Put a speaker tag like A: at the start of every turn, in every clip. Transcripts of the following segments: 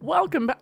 A: Welcome back.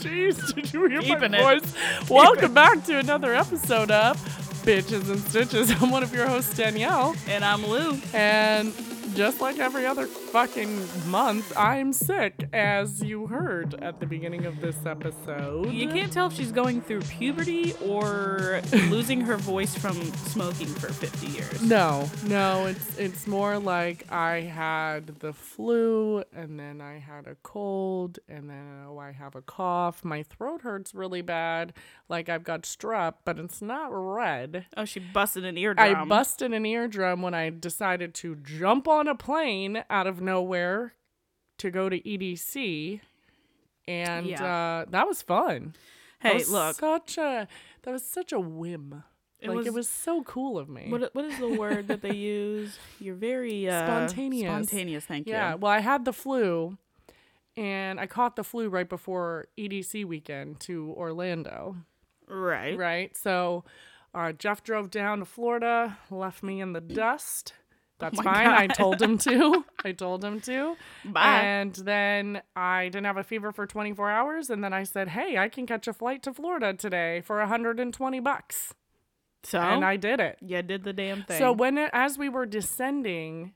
A: Jeez, did you hear
B: Keeping
A: my
B: it.
A: voice? Welcome back to another episode of Bitches and Stitches. I'm one of your hosts, Danielle,
B: And I'm Lou.
A: and just like every other fucking month, I'm sick, as you heard at the beginning of this episode.
B: You can't tell if she's going through puberty or losing her voice from smoking for 50 years.
A: No, no, it's it's more like I had the flu and then I had a cold and then oh I have a cough. My throat hurts really bad, like I've got strep, but it's not red.
B: Oh, she busted an eardrum.
A: I busted an eardrum when I decided to jump on a plane out of nowhere to go to EDC. And
B: Yeah.
A: uh, that was fun. That
B: Hey,
A: was
B: look.
A: Such a that was such a whim.
B: It
A: like it
B: was-
A: was so cool of me.
B: What, what is the word that they use? You're very uh,
A: Spontaneous.
B: Spontaneous, thank
A: Yeah.
B: you.
A: Well, I had the flu and I caught the flu right before EDC weekend to Orlando,
B: Right.
A: right? So uh, Jeff drove down to Florida, left me in the dust. That's
B: Oh my
A: fine. I
B: God.
A: told him to. I told him to.
B: Bye.
A: And then I didn't have a fever for 24 hours. And then I said, hey, I can catch a flight to Florida today for 120 bucks.
B: so,
A: And I did it.
B: yeah, did the damn thing.
A: So when it, as we were descending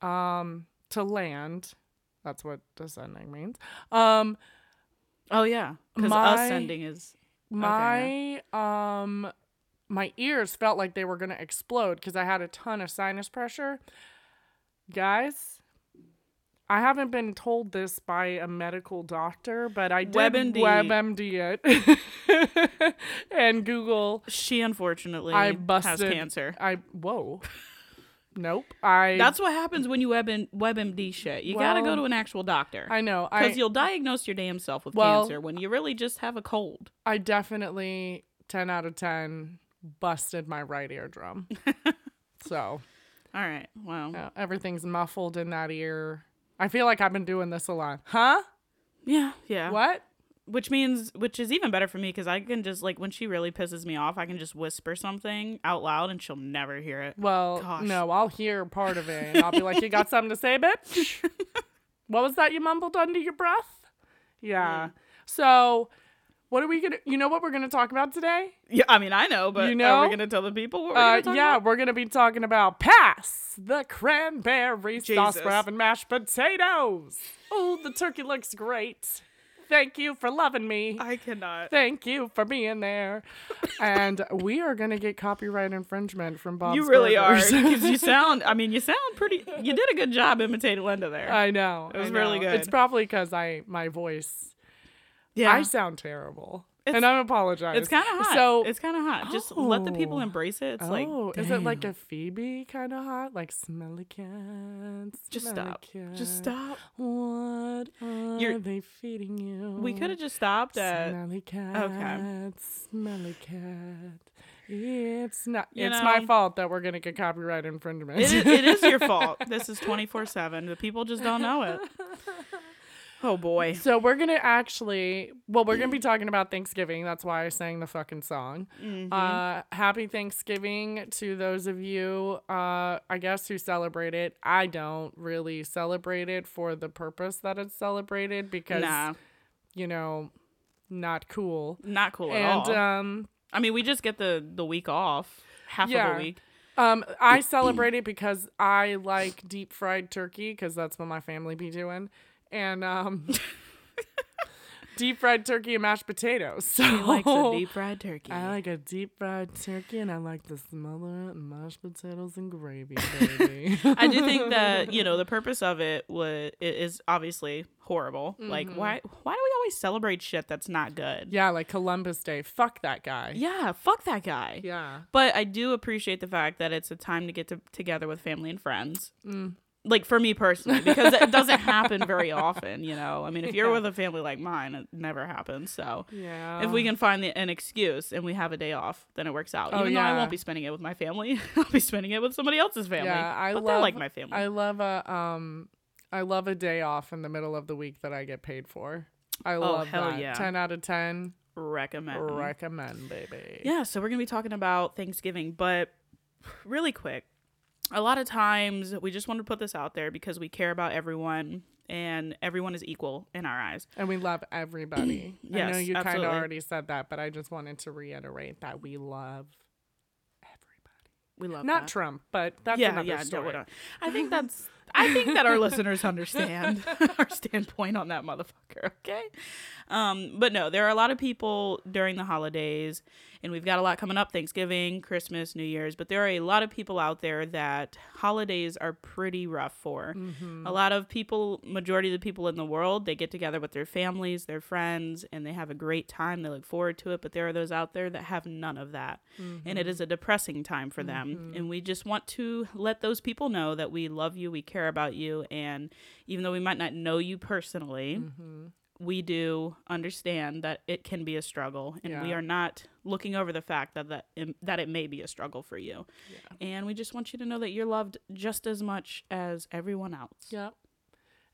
A: um to land, that's what descending means. Um
B: oh, yeah. Because
A: My-
B: us ending is.
A: my um my ears felt like they were going to explode cuz I had a ton of sinus pressure. Guys, I haven't been told this by a medical doctor, but I did
B: WebMD.
A: WebMD it and Google.
B: She unfortunately
A: I busted.
B: has cancer.
A: I whoa. Nope. I
B: That's what happens when you web WebMD shit. You gotta go
A: Well,
B: to an actual doctor.
A: I know. I
B: Because you'll diagnose your damn self with
A: Well-
B: cancer when you really just have a cold.
A: I definitely 10 out of 10 busted my right eardrum. so
B: All right. Well.
A: uh, everything's muffled in that ear. I feel like I've been doing this a lot. Huh?
B: Yeah. Yeah.
A: What?
B: Which means, which is even better for me because I can just like when she really pisses me off, I can just whisper something out loud and she'll never hear it.
A: Well,
B: Gosh.
A: no, I'll hear part of it and I'll be like, You got something to say, bitch? what was that you mumbled under your breath? Yeah. So, what are we going to, you know what we're going to talk about today?
B: Yeah. I mean, I know, but
A: You
B: are
A: know?
B: we gonna tell the people what we're
A: Uh,
B: gonna talk
A: yeah,
B: about?
A: we're gonna be talking about pass the cranberry sauce
B: Jesus.
A: wrap and mashed potatoes. Oh, the turkey looks great. Thank you for loving me.
B: I cannot.
A: Thank you for being there. and we are gonna get copyright infringement from Bob's.
B: You really are
A: Burgers.
B: 'cause you sound. I mean, you sound pretty. You did a good job imitating Linda there.
A: I know. It
B: was really good.
A: It's probably because I my voice.
B: yeah.
A: I sound terrible,
B: It's-
A: and I apologize.
B: it's kind of hot.
A: So
B: it's kind of hot. Just let the people
A: Oh.
B: embrace it. It's like,
A: oh, is it like
B: damn.
A: a Phoebe kind of hot, like smelly cat?
B: Just
A: smelly
B: stop.
A: cat,
B: Just stop.
A: What are
B: You're-
A: they feeding you?
B: We could have just stopped at.
A: Smelly cat. Smelly cat. It's not.
B: You
A: it's my
B: know-
A: fault that we're gonna get copyright infringement.
B: It is, it is your fault. This is 24 7. The people just don't know it. Oh, boy.
A: So we're gonna actually, well, we're gonna be talking about Thanksgiving. That's why I sang the fucking song.
B: Mm-hmm.
A: Uh, happy Thanksgiving to those of you, uh, I guess, who celebrate it. I don't really celebrate it for the purpose that it's celebrated because
B: Nah,
A: you know, not cool.
B: not cool at
A: And
B: all.
A: um,
B: I mean, we just get the, the week off, half of
A: Yeah.
B: a week.
A: um, I celebrate it because I like deep fried turkey because that's what my family be doing, and um. Deep fried turkey and mashed potatoes. So
B: He likes a deep fried turkey.
A: Oh. I like a deep fried turkey and I like the smell of it and mashed potatoes and gravy, baby.
B: I do think that, you know, the purpose of it was, it is obviously horrible. Like, why why do we always celebrate shit that's not good?
A: Mm-hmm. yeah, like Columbus Day. Fuck that guy.
B: Yeah, fuck that guy.
A: Yeah.
B: But I do appreciate the fact that it's a time to get to, together with family and friends.
A: Mm.
B: Like for me personally, because it doesn't happen very often, you know. I mean, if you're with a family like mine, it never happens. So
A: Yeah.
B: if we can find the, an excuse and we have a day off, then it works out.
A: Oh,
B: Even though I
A: yeah.
B: won't be spending it with my family, I'll be spending it with somebody else's family.
A: Yeah, I
B: but
A: love
B: they're like my family.
A: I love a um I love a day off in the middle of the week that I get paid for. I love
B: Oh, hell
A: that.
B: yeah.
A: Ten out of ten.
B: recommend.
A: Recommend, baby.
B: Yeah, so we're going to be talking about Thanksgiving, but really quick. A lot of times we just want to put this out there because we care about everyone and everyone is equal in our eyes.
A: And we love everybody. I know
B: Yes,
A: you kind of
B: absolutely.
A: already said that, but I just wanted to reiterate that we love everybody.
B: We love
A: Not
B: that.
A: Trump, but that's
B: yeah,
A: another
B: yeah, no,
A: story.
B: we don't. I think that's. I think that our listeners understand our standpoint on that motherfucker. Okay, um, but no, there are a lot of people during the holidays, and we've got a lot coming up: Thanksgiving, Christmas, New Year's. But there are a lot of people out there that holidays are pretty rough for.
A: Mm-hmm.
B: A lot of people, majority of the people in the world, they get together with their families, their friends, and they have a great time. They look forward to it. But there are those out there that have none of that. And it is a depressing time for
A: Mm-hmm.
B: them. And we just want to let those people know that we love you, we care about you. And even though we might not know you personally,
A: Mm-hmm.
B: we do understand that it can be a struggle. And we
A: Yeah.
B: are not looking over the fact that, that, that it may be a struggle for you. And we just want you to know that you're loved just as much as everyone else.
A: Yep.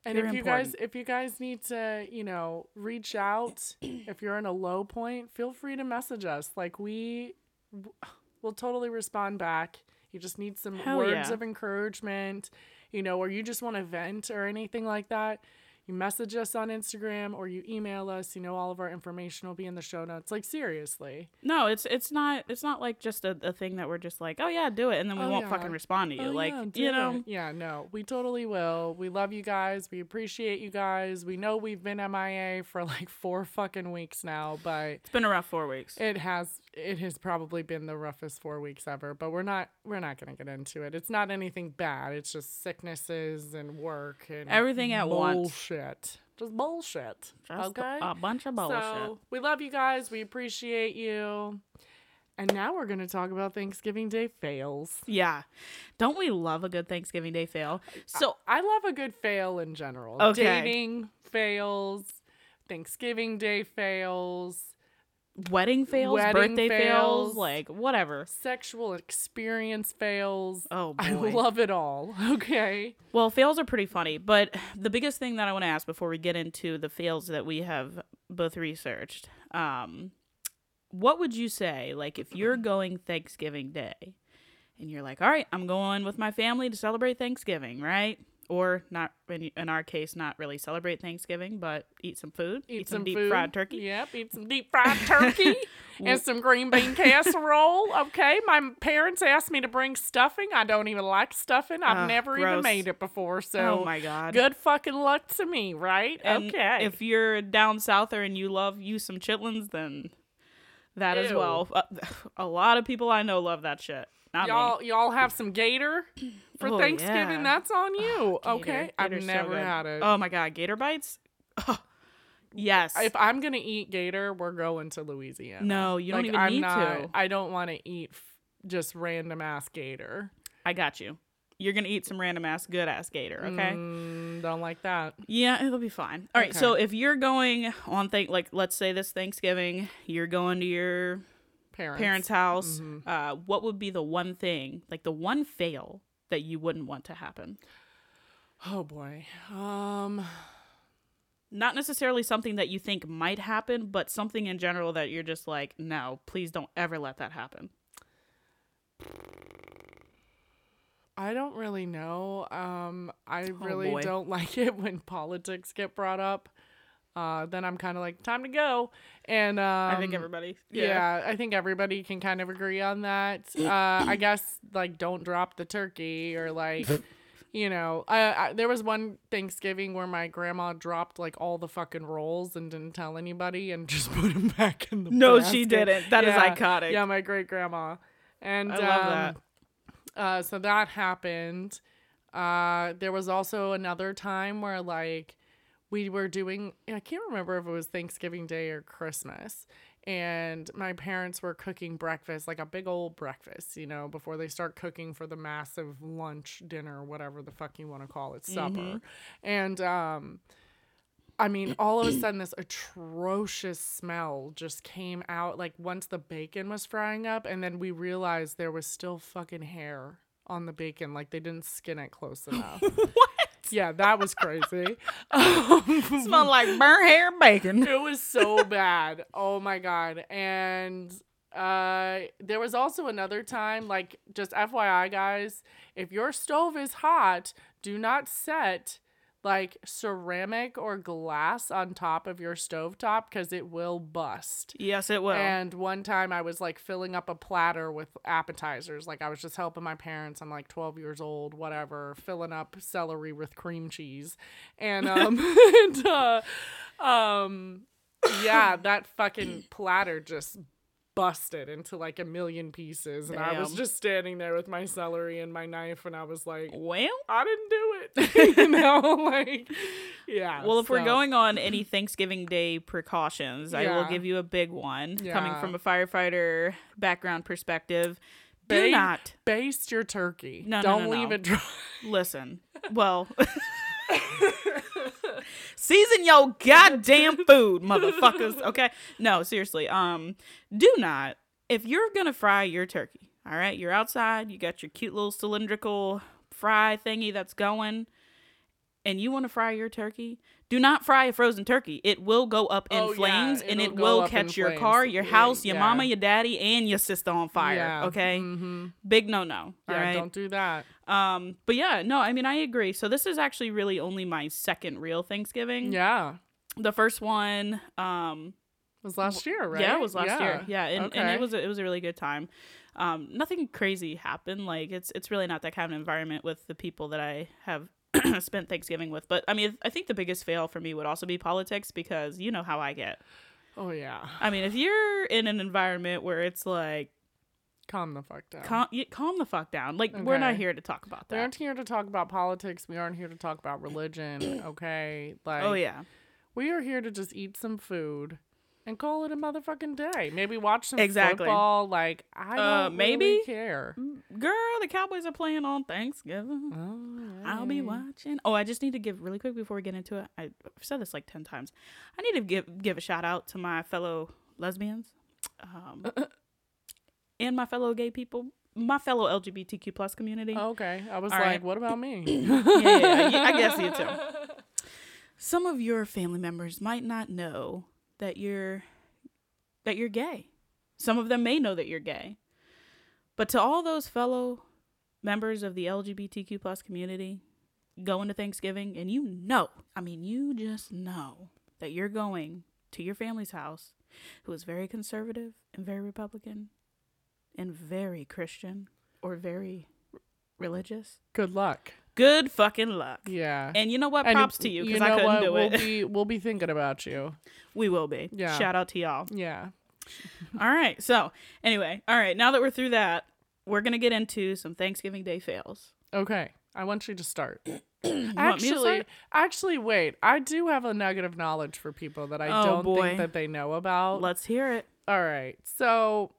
A: And
B: They're
A: if you guys if you guys need to, you know, reach out, if you're in a low point, feel free to message us. Like we w- will totally respond back. You just need some
B: Hell
A: words
B: yeah.
A: of encouragement, you know, or you just want to vent or anything like that. You message us on Instagram or you email us, you know, all of our information will be in the show notes. Like seriously.
B: No, it's it's not it's not like just a, a thing that we're just like, oh yeah, do it, and then we
A: Oh,
B: won't
A: yeah.
B: fucking respond to you.
A: Oh,
B: like
A: yeah, do
B: you
A: it.
B: know,
A: yeah no we totally will we love you guys we appreciate you guys we know we've been mia for like four fucking weeks now but
B: it's been around four weeks.
A: it has it has probably been the roughest four weeks ever but we're not we're not gonna get into it it's not anything bad it's just sicknesses and work and
B: Everything at once.
A: bullshit just bullshit
B: Just
A: okay
B: a bunch of bullshit.
A: so we love you guys we appreciate you and now we're gonna talk about thanksgiving day fails
B: yeah, don't we love a good Thanksgiving Day fail? So
A: I love a good fail in general.
B: Okay.
A: Dating fails, Thanksgiving Day fails,
B: wedding fails,
A: Wedding
B: birthday fails,
A: fails.
B: like whatever.
A: sexual experience fails.
B: Oh boy.
A: I love it all. Okay.
B: Well, fails are pretty funny, but the biggest thing that I want to ask before we get into the fails that we have both researched, um, what would you say, like, if you're going Thanksgiving Day and you're like, all right, I'm going with my family to celebrate Thanksgiving, right? Or not, in, in our case, not really celebrate Thanksgiving, but eat some food, eat, some, deep
A: food.
B: fried turkey.
A: Yep. Eat some deep fried turkey and some green bean casserole. Okay. My parents asked me to bring stuffing. I don't even like stuffing. I've
B: Ugh,
A: never even
B: Ah, gross.
A: made it before. So
B: Oh my God.
A: good fucking luck to me, right?
B: And
A: okay.
B: If you're down souther and you love you some chitlins, then that as
A: Ew.
B: well. Uh, A lot of people I know love that shit. Not me.
A: y'all y'all have some gator for
B: Oh,
A: Thanksgiving.
B: yeah.
A: That's on you.
B: Gator.
A: okay, I've
B: Gator's so
A: never
B: good.
A: had it.
B: Oh my god, gator bites. Ugh. yes.
A: if I'm gonna eat gator, we're going to Louisiana.
B: no, you don't
A: Like,
B: even
A: I'm
B: need
A: not-
B: to.
A: I don't want to eat f- just random ass gator.
B: I got you. You're gonna eat some random ass good ass gator, okay?
A: Mm, don't like that.
B: Yeah, it'll be fine. All right.
A: Okay.
B: So if you're going on thing like let's say this Thanksgiving, you're going to your
A: Parents. Mm-hmm.
B: parents' house. Uh, what would be the one thing, like the one fail that you wouldn't want to happen?
A: Oh boy. Um.
B: Not necessarily something that you think might happen, but something in general that you're just like, no, please don't ever let that happen.
A: I don't really know. Um, I really
B: Oh, boy.
A: don't like it when politics get brought up. Uh, then I'm kind of like, time to go. And um,
B: I think everybody.
A: Yeah. I think everybody can kind of agree on that. Uh, I guess like don't drop the turkey or like, you know, I, I, there was one Thanksgiving where my grandma dropped like all the fucking rolls and didn't tell anybody and just put them back in the.
B: No, she
A: basket.
B: didn't. That is
A: Yeah.
B: iconic.
A: Yeah, my great grandma, and
B: I love
A: um,
B: that.
A: uh, so that happened. Uh, there was also another time where like we were doing I can't remember if it was Thanksgiving Day or Christmas. And my parents were cooking breakfast, like a big old breakfast, you know, before they start cooking for the massive lunch, dinner, whatever the fuck you want to call it, supper.
B: Mm-hmm.
A: And um I mean, all of a sudden, this atrocious smell just came out. Like once the bacon was frying up, and then we realized there was still fucking hair on the bacon. Like they didn't skin it close enough.
B: What?
A: yeah, that was crazy. Um,
B: Smell like burnt hair and bacon.
A: it was so bad. Oh my god. And uh there was also another time like just FYI guys, if your stove is hot, do not set like ceramic or glass on top of your stovetop because it will bust.
B: Yes, it will.
A: And one time I was like filling up a platter with appetizers. Like I was just helping my parents. I'm like 12 years old, whatever, filling up celery with cream cheese. And um and uh um yeah, that fucking platter just busted into like a million pieces and I was
B: Damn.
A: just standing there with my celery and my knife and I was like
B: well,
A: I didn't do it. you know, like yeah.
B: well, if we're
A: so-
B: going on any Thanksgiving Day precautions, I will
A: Yeah.
B: give you a big one coming
A: Yeah.
B: from a firefighter background perspective. Do
A: Babe.
B: not
A: baste your turkey.
B: No, no,
A: Don't
B: no,
A: leave
B: no.
A: it dry.
B: listen. Well, season your goddamn food, motherfuckers. Okay, no, seriously. Um, do not if you're gonna fry your turkey. All right, you're outside. You got your cute little cylindrical fry thingy that's going. And you want to fry your turkey? Do not fry a frozen turkey. It will go up in
A: Oh, yeah,
B: flames, and
A: it'll
B: it
A: go
B: will
A: up in
B: catch your
A: flames.
B: car, your
A: Yeah,
B: house, your
A: yeah.
B: mama, your daddy, and your sister on fire. Okay,
A: Mm-hmm.
B: big no no.
A: Yeah,
B: All right?
A: don't do that.
B: Um, but yeah, no, I mean, I agree. So this is actually really only my second real Thanksgiving.
A: Yeah. It
B: The first one, um,
A: was last year, right?
B: yeah, it was last year. Yeah, and, and
A: Okay.
B: it was a, it was a really good time. Um, nothing crazy happened. Like it's it's really not that kind of environment with the people that I have spent Thanksgiving with. But I mean, I think the biggest fail for me would also be politics because you know how I get.
A: Oh yeah.
B: I mean, if you're in an environment where it's like
A: Calm the fuck down.
B: calm, calm the fuck down. Like we're not
A: Okay.
B: here to talk about
A: we
B: that.
A: aren't here to talk about politics. We aren't here to talk about religion. Okay. Like
B: Oh yeah.
A: we are here to just eat some food and call it a motherfucking day. Maybe watch some
B: Exactly.
A: football. Like I don't
B: Uh,
A: maybe
B: maybe? Mm.
A: care.
B: Girl, the Cowboys are playing on Thanksgiving. I'll be watching. Oh, I just need to give really quick before we get into it. I- I've said this like ten times. I need to give give a shout out to my fellow lesbians, um, and my fellow gay people, my fellow LGBTQ plus community.
A: Okay. I was
B: All
A: like,
B: right.
A: what about me?
B: Yeah, yeah, yeah, you- I guess you too. Some of your family members might not know that you're that you're gay. Some of them may know that you're gay. But to all those fellow members of the LGBTQ plus community going to Thanksgiving and you know, I mean you just know that you're going to your family's house who is very conservative and very Republican and very Christian or very r- religious
A: Good luck.
B: good fucking luck.
A: Yeah.
B: And you know what?
A: And
B: Props to you because I
A: know
B: couldn't
A: what?
B: do
A: we'll
B: it.
A: Be, we'll be thinking about you.
B: we will be.
A: Yeah.
B: Shout out to y'all.
A: Yeah.
B: All right. So anyway, all right. Now that we're through that, we're gonna get into some Thanksgiving Day fails.
A: Okay. I want you to start.
B: want me to
A: actually,
B: start?
A: actually, wait. I do have a nugget of knowledge for people that I
B: Oh,
A: don't
B: boy.
A: think that they know about.
B: Let's hear it.
A: All right. So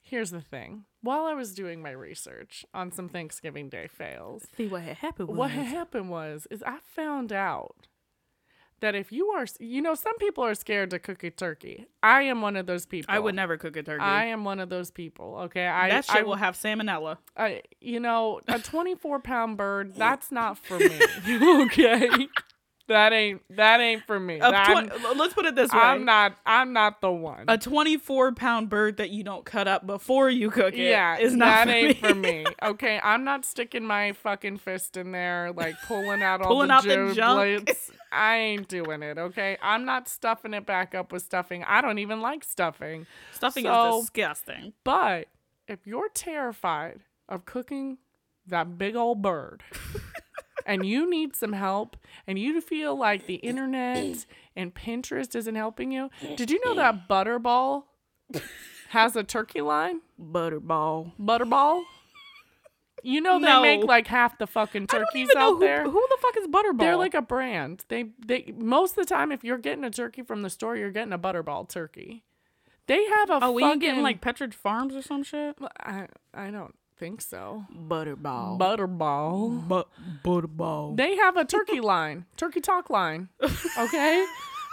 A: here's the thing. While I was doing my research on some Thanksgiving Day fails,
B: See what had happened.
A: what
B: was-
A: happened was is I found out that if you are, you know, some people are scared to cook a turkey. I am one of those people.
B: I would never cook a turkey.
A: I am one of those people. Okay, I
B: that shit
A: I,
B: will have salmonella.
A: I Uh, you know a twenty four pound bird. That's not for me. okay, that ain't that ain't for me.
B: Of
A: I'm,
B: twen- let's put it this way:
A: I'm not I'm not the one.
B: a 24 pound bird that you don't cut up before you cook it.
A: yeah,
B: is
A: that
B: not for
A: ain't
B: me.
A: for me. Okay, I'm not sticking my fucking fist in there, like pulling out all
B: Pulling
A: the
B: out the
A: juice
B: junk.
A: plates. I ain't doing it. Okay, I'm not stuffing it back up with stuffing. I don't even like stuffing.
B: Stuffing
A: So-
B: is disgusting.
A: But if you're terrified of cooking that big old bird and you need some help and you feel like the internet and Pinterest isn't helping you, did you know that Butterball has a turkey line?
B: Butterball.
A: Butterball? You know they
B: No.
A: make like half the fucking
B: I don't
A: turkeys
B: even know
A: out
B: who,
A: there.
B: who the fuck is Butterball.
A: They're like a brand. They they most of the time if you're getting a turkey from the store, you're getting a Butterball turkey. They have a
B: Are Oh, we ain't
A: fucking-
B: getting like Petridge Farms or some shit?
A: I I don't think so.
B: Butterball.
A: Butterball.
B: But butterball.
A: They have a turkey line, turkey talk line. Okay,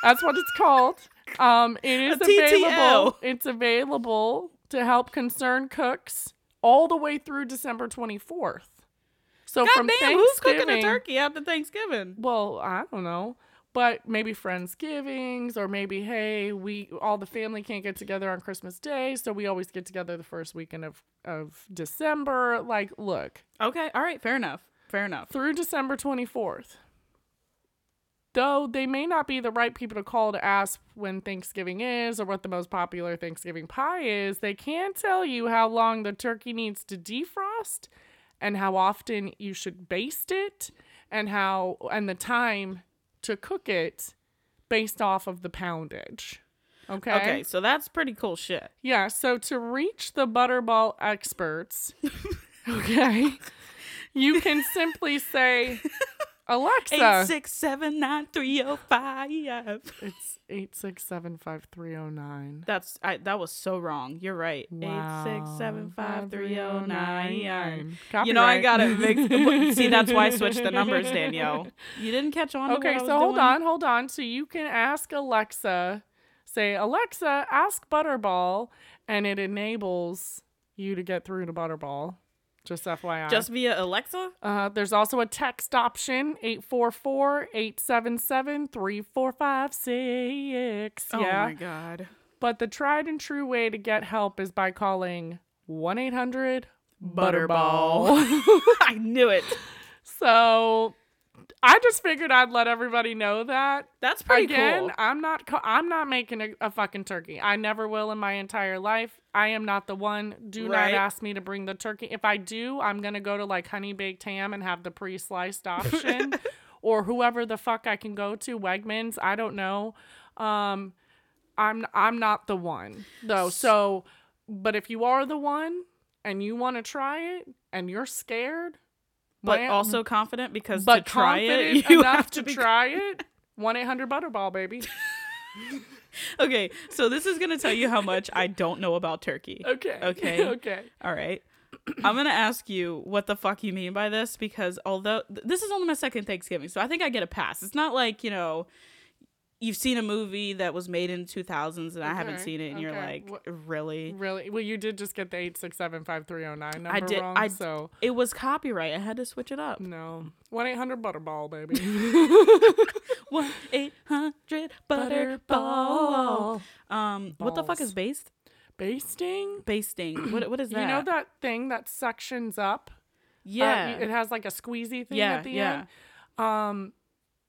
A: that's what it's called. Um, it is
B: A TTL.
A: available. It's available to help concerned cooks all the way through December twenty fourth. So from
B: Goddamn, who's cooking a
A: Thanksgiving-
B: turkey after Thanksgiving?
A: Well, I don't know. But maybe Friendsgivings, or maybe hey, we all the family can't get together on Christmas Day, so we always get together the first weekend of of December. Like, look,
B: Okay, all right, fair enough. Fair enough.
A: through December 24th. Though they may not be the right people to call to ask when Thanksgiving is or what the most popular Thanksgiving pie is, they can tell you how long the turkey needs to defrost and how often you should baste it and how and the time to cook it based off of the poundage. Okay.
B: Okay, so that's pretty cool shit.
A: Yeah, so to reach the butterball experts, okay, you can simply say, Alexa,
B: Eight six seven nine three zero five.
A: it's eight six seven five three zero nine.
B: That's I. That was so wrong. You're right. Eight six seven five three zero
A: oh
B: nine. You know I got it mixed. but- See, that's why I switched the numbers, Danielle. You didn't catch on. to what
A: Okay,
B: I
A: so
B: was
A: hold
B: doing.
A: on, hold on. So you can ask Alexa, say, Alexa, ask Butterball, and it enables you to get through to Butterball. Just FYI.
B: Just via Alexa.
A: Uh, there's also a text option, 844-877-3456. yeah.
B: Oh my god.
A: But the tried and true way to get help is by calling 1-800
B: Butterball. I knew it.
A: So I just figured I'd let everybody know that.
B: That's pretty
A: Again,
B: cool.
A: I'm not co- I'm not making a, a fucking turkey. I never will in my entire life. I am not the one. Do
B: Right.
A: not ask me to bring the turkey. If I do, I'm gonna go to like honey baked ham and have the pre-sliced option, or whoever the fuck I can go to Wegmans. I don't know. Um, I'm I'm not the one though. So, but if you are the one and you want to try it and you're scared,
B: But
A: my-
B: also confident because
A: but
B: to try
A: confident
B: it, you
A: enough
B: have
A: to,
B: to be
A: try it. One eight hundred Butterball, baby.
B: Okay, so this is gonna tell you how much I don't know about turkey.
A: Okay.
B: Okay.
A: okay.
B: All right. I'm gonna ask you what the fuck you mean by this because although th- this is only my second Thanksgiving, so I think I get a pass. It's not like you know, you've seen a movie that was made in 2000s and I haven't
A: Okay,
B: seen it, and you're
A: okay.
B: like, really?
A: Really? Well, you did just get the eight six seven five three zero nine number
B: I did-
A: wrong.
B: I-
A: so
B: It was copyright. I had to switch it up.
A: no. One eight hundred Butterball, baby.
B: One eight hundred butterball. Um, what the fuck
A: Balls.
B: is based?
A: Basting.
B: Basting. What what is that?
A: You know that thing that suctions up? Uh,
B: Yeah.
A: y- it has like a squeezy thing
B: yeah.
A: at the
B: yeah.
A: end. Um,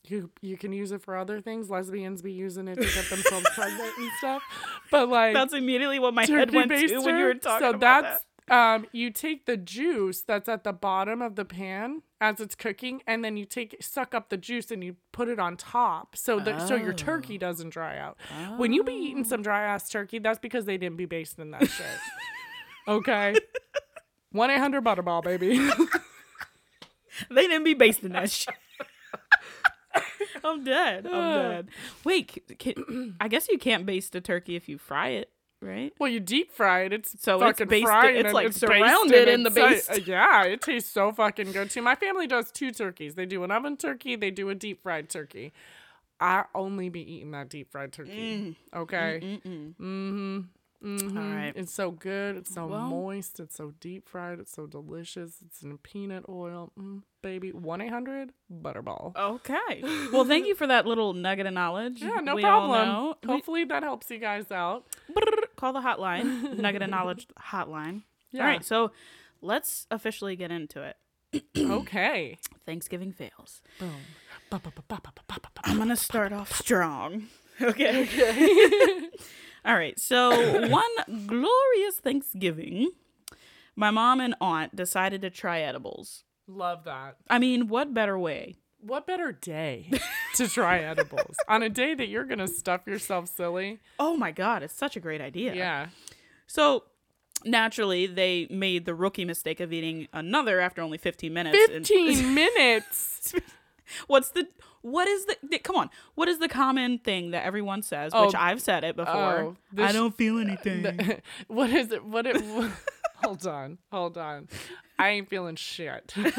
A: you you can use it for other things. Lesbians be using it to get themselves pregnant and stuff. But like
B: That's immediately what my head
A: turkey
B: went to
A: baster.
B: when you were talking
A: so
B: about that.
A: that's um you take the juice that's at the bottom of the pan as it's cooking and then you take suck up the juice and you put it on top so that so your
B: Oh.
A: turkey doesn't dry out. When you be eating some dry ass turkey, that's because they didn't be basting that shit. okay. 1-800 Butterball, baby.
B: They didn't be based in that shit. I'm dead. I'm dead. Wait, c- can, I guess you can't baste a turkey if you fry it, right?
A: well, you deep fry it. It's
B: So it's
A: fucking
B: basted-
A: fried.
B: it's,
A: and
B: like,
A: basted
B: surrounded
A: and
B: in the
A: it's-
B: baste.
A: yeah, it tastes so fucking good too. My family does two turkeys. They do an oven turkey. They do a deep fried turkey. I only be eating that deep fried turkey. Okay.
B: Mm. Mm-mm.
A: Mm-hmm. Mm-hmm.
B: right.
A: It's so good. It's so
B: Well-
A: moist. It's so deep fried. It's so delicious. It's in peanut oil. Mm, baby. One eight hundred butterball.
B: Uh, Okay. Well, thank you for that little nugget of knowledge.
A: yeah, no
B: We all
A: problem.
B: know.
A: Hopefully that helps you guys out.
B: Brrr, Call the hotline, nugget of knowledge hotline.
A: Yeah.
B: All right, so let's officially get into it.
A: Okay.
B: Thanksgiving fails.
A: Boom.
B: I'm gonna start off strong. Okay. All right. So one glorious Thanksgiving, my mom and aunt decided to try edibles.
A: Love that.
B: I mean, what better way?
A: What better day to try edibles on a day that you're gonna stuff yourself silly?
B: Oh my god, it's such a great idea.
A: Yeah,
B: So naturally, they made the rookie mistake of eating another after only 15 minutes. and-
A: fifteen minutes.
B: what's the what is the th- come on? What is the common thing that everyone says, which
A: Oh,
B: I've said it before?
A: oh, this-
B: I don't feel anything.
A: what is it? What it? hold on, hold on. I ain't feeling shit. I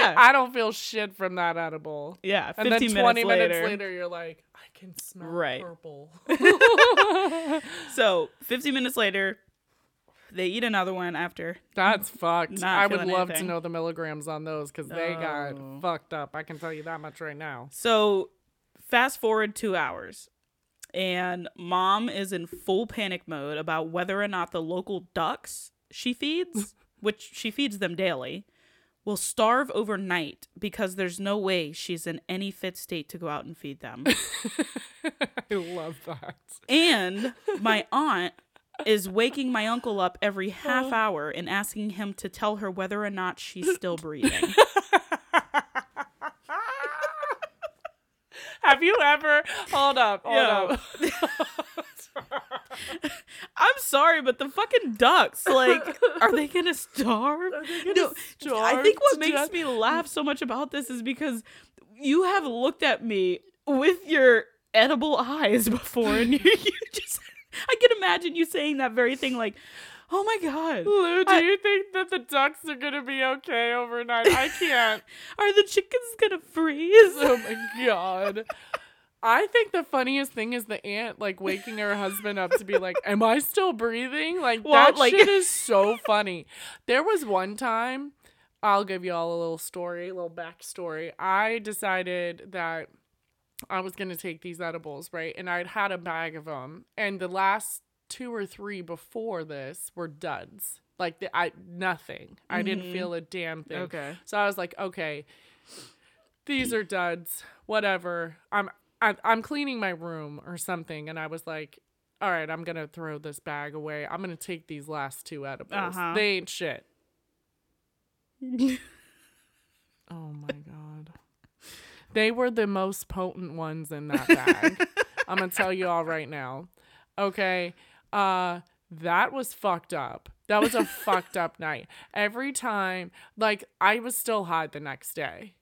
B: Yeah.
A: I don't feel shit from that edible.
B: yeah, 15
A: And then twenty
B: minutes
A: minutes
B: later.
A: later. you're like, I can smell
B: Right.
A: purple.
B: So 15 minutes later, they eat another one after
A: That's fucked.
B: Not
A: I would
B: feeling
A: love
B: anything. Oh.
A: to know the milligrams on those because they got fucked up. I can tell you that much right now.
B: So fast forward two hours, and mom is in full panic mode about whether or not the local ducks she feeds, which she feeds them daily, will starve overnight because there's no way she's in any fit state to go out and feed them.
A: I love that.
B: and my aunt is waking my uncle up every half hour and asking him to tell her whether or not she's still breathing.
A: Have you ever? Hold up. Hold
B: Yeah.
A: up.
B: I'm sorry, but the fucking ducks, like, are they gonna starve? no, I think what makes me laugh so much about this is because you have looked at me with your edible eyes before, and you, you just, I can imagine you saying that very thing, like, oh my god,
A: Lou, do
B: I-
A: you think that the ducks are gonna be okay overnight? I can't.
B: are the chickens gonna freeze?
A: oh my god. I think the funniest thing is the aunt like waking her husband up to be like, "Am I still breathing?" Like
B: Well,
A: that
B: like-
A: shit is so funny. There was one time, I'll give you all a little story, a little backstory. I decided that I was gonna take these edibles, right? And I'd had a bag of them, and the last two or three before this were duds. Like the, I nothing. I didn't
B: Mhm.
A: feel a damn thing. So I was like, okay, these are duds, whatever. I'm I- I'm cleaning my room or something, and I was like, all right, I'm gonna throw this bag away. I'm gonna take these last two edibles.
B: Uh-huh.
A: They ain't shit.
B: okay.
A: Oh my god, they were the most potent ones in that bag. I'm gonna tell you all right now. Okay, uh, that was fucked up. That was a fucked up night. Every time, like I was still high the next day.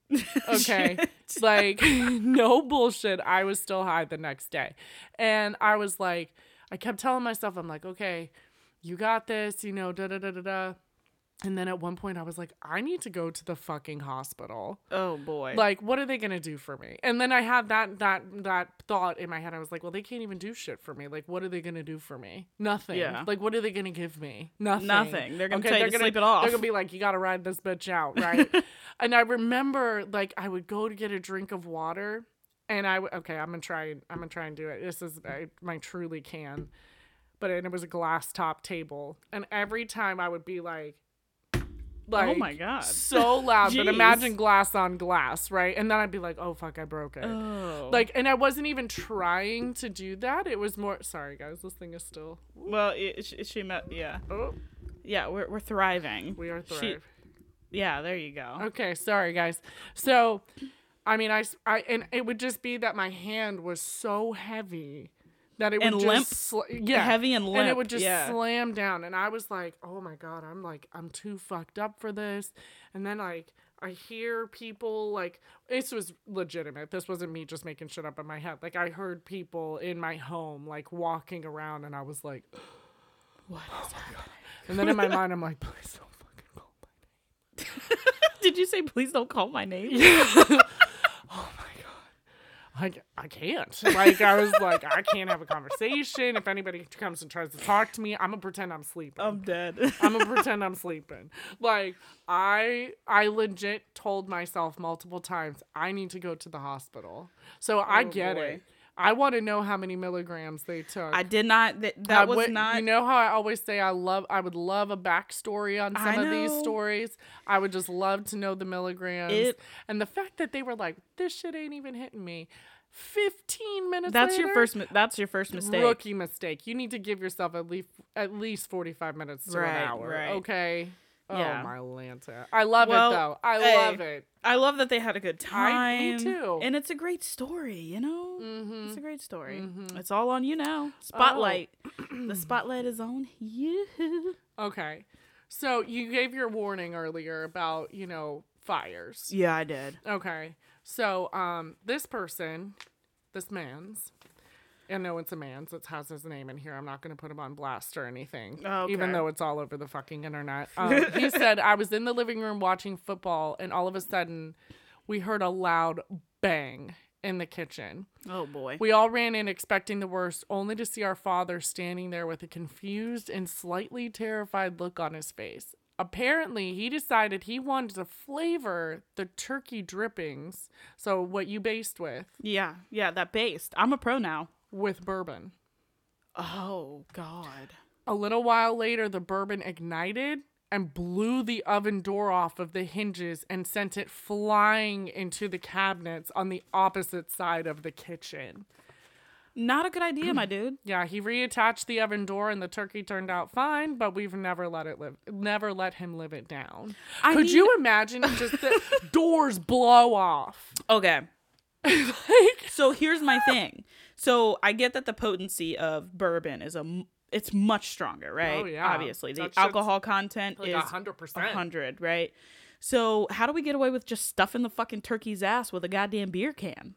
A: Okay.
B: Shit.
A: like no bullshit i was still high the next day and i was like i kept telling myself i'm like okay you got this you know da da da da da and then at one point i was like i need to go to the fucking hospital
B: Oh boy.
A: like what are they gonna do for me and then i had that that that thought in my head i was like well they can't even do shit for me like what are they gonna do for me nothing
B: Yeah.
A: like what are they gonna give me nothing
B: Nothing. They're gonna tell you
A: they're
B: to sleep it off.
A: they're gonna be like you gotta ride this bitch out right and i remember like i would go to get a drink of water and i w- okay i'm gonna try and i'm gonna try and do it this is I, my truly can but and it was a glass top table and every time i would be like like
B: oh my god.
A: so loud. But
B: Jeez.
A: imagine glass on glass, right? And then I'd be like, oh fuck, I broke it.
B: Oh.
A: Like, and I wasn't even trying to do that. It was more. Sorry, guys, this thing is still.
B: well, it, she, she met. Yeah,
A: Oh,
B: yeah. We're we're thriving.
A: we are
B: She-
A: thrive.
B: yeah, there you go.
A: Okay, sorry guys. So, I mean, I, s- I- and it would just be that my hand was so heavy that it would
B: And
A: just
B: limp.
A: sla- yeah,
B: Heavy and
A: and it
B: limp,
A: would just
B: yeah.
A: slam down. And I was like, oh my god, I'm like, I'm too fucked up for this. And then like. I hear people like this was legitimate. This wasn't me just making shit up in my head. Like I heard people in my home like walking around, and I was like,
B: What is happening?
A: and then in my mind I'm like, please don't fucking call me.
B: Did you say please don't call my name?
A: like I can't. Like I was like I can't have a conversation. If anybody comes and tries to talk to me, I'm gonna pretend I'm sleeping.
B: I'm dead.
A: I'm gonna pretend I'm sleeping. Like I I legit told myself multiple times I need to go to the hospital. So I
B: Oh,
A: get
B: boy.
A: it. I want to know how many milligrams they took.
B: I did not. That, that
A: I
B: was
A: would-
B: not.
A: You know how I always say I love. I would love a backstory on
B: I
A: some of these
B: know.
A: stories. I would just love to know the milligrams
B: It-
A: and the fact that they were like, "This shit ain't even hitting me." Fifteen minutes.
B: that's your
A: later,
B: first. mi- That's your first mistake.
A: rookie mistake. You need to give yourself at least at least forty five minutes to
B: Right,
A: an hour.
B: right.
A: Okay.
B: Yeah.
A: Oh my Lanta. I love
B: Well,
A: it though. I
B: hey.
A: love it.
B: I love that they had a good time.
A: I- me too.
B: And it's a great story. You know,
A: Mm-hmm.
B: it's a great story.
A: Mhm.
B: It's all on you now. Spotlight. the spotlight is on you.
A: Okay. So you gave your warning earlier about you know fires.
B: Yeah, I did.
A: Okay. So, um, this person, this man's, and no, it's a man's. It has his name in here. I'm not going to put him on blast or anything,
B: Okay.
A: even though it's all over the fucking internet. Um, he said, I was in the living room watching football, and all of a sudden, we heard a loud bang in the kitchen.
B: Oh boy.
A: We all ran in expecting the worst, only to see our father standing there with a confused and slightly terrified look on his face. Apparently, he decided he wanted to flavor the turkey drippings, so what you based with,
B: yeah, yeah. That based. I'm a pro now.
A: with bourbon.
B: Oh God.
A: A little while later, the bourbon ignited and blew the oven door off of the hinges and sent it flying into the cabinets on the opposite side of the kitchen.
B: Not a good idea, my dude.
A: Yeah, he reattached the oven door and the turkey turned out fine, but we've never let it live never let him live it down.
B: I
A: Could
B: mean-
A: you imagine just the doors blow off?
B: Okay.
A: Like
B: So here's my thing. So I get that the potency of bourbon is a m- it's much stronger, right?
A: Oh, yeah.
B: Obviously, the
A: That shit's
B: alcohol content
A: like
B: is
A: a
B: a
A: hundred percent.
B: hundred, right? So how do we get away with just stuffing the fucking turkey's ass with a goddamn beer can?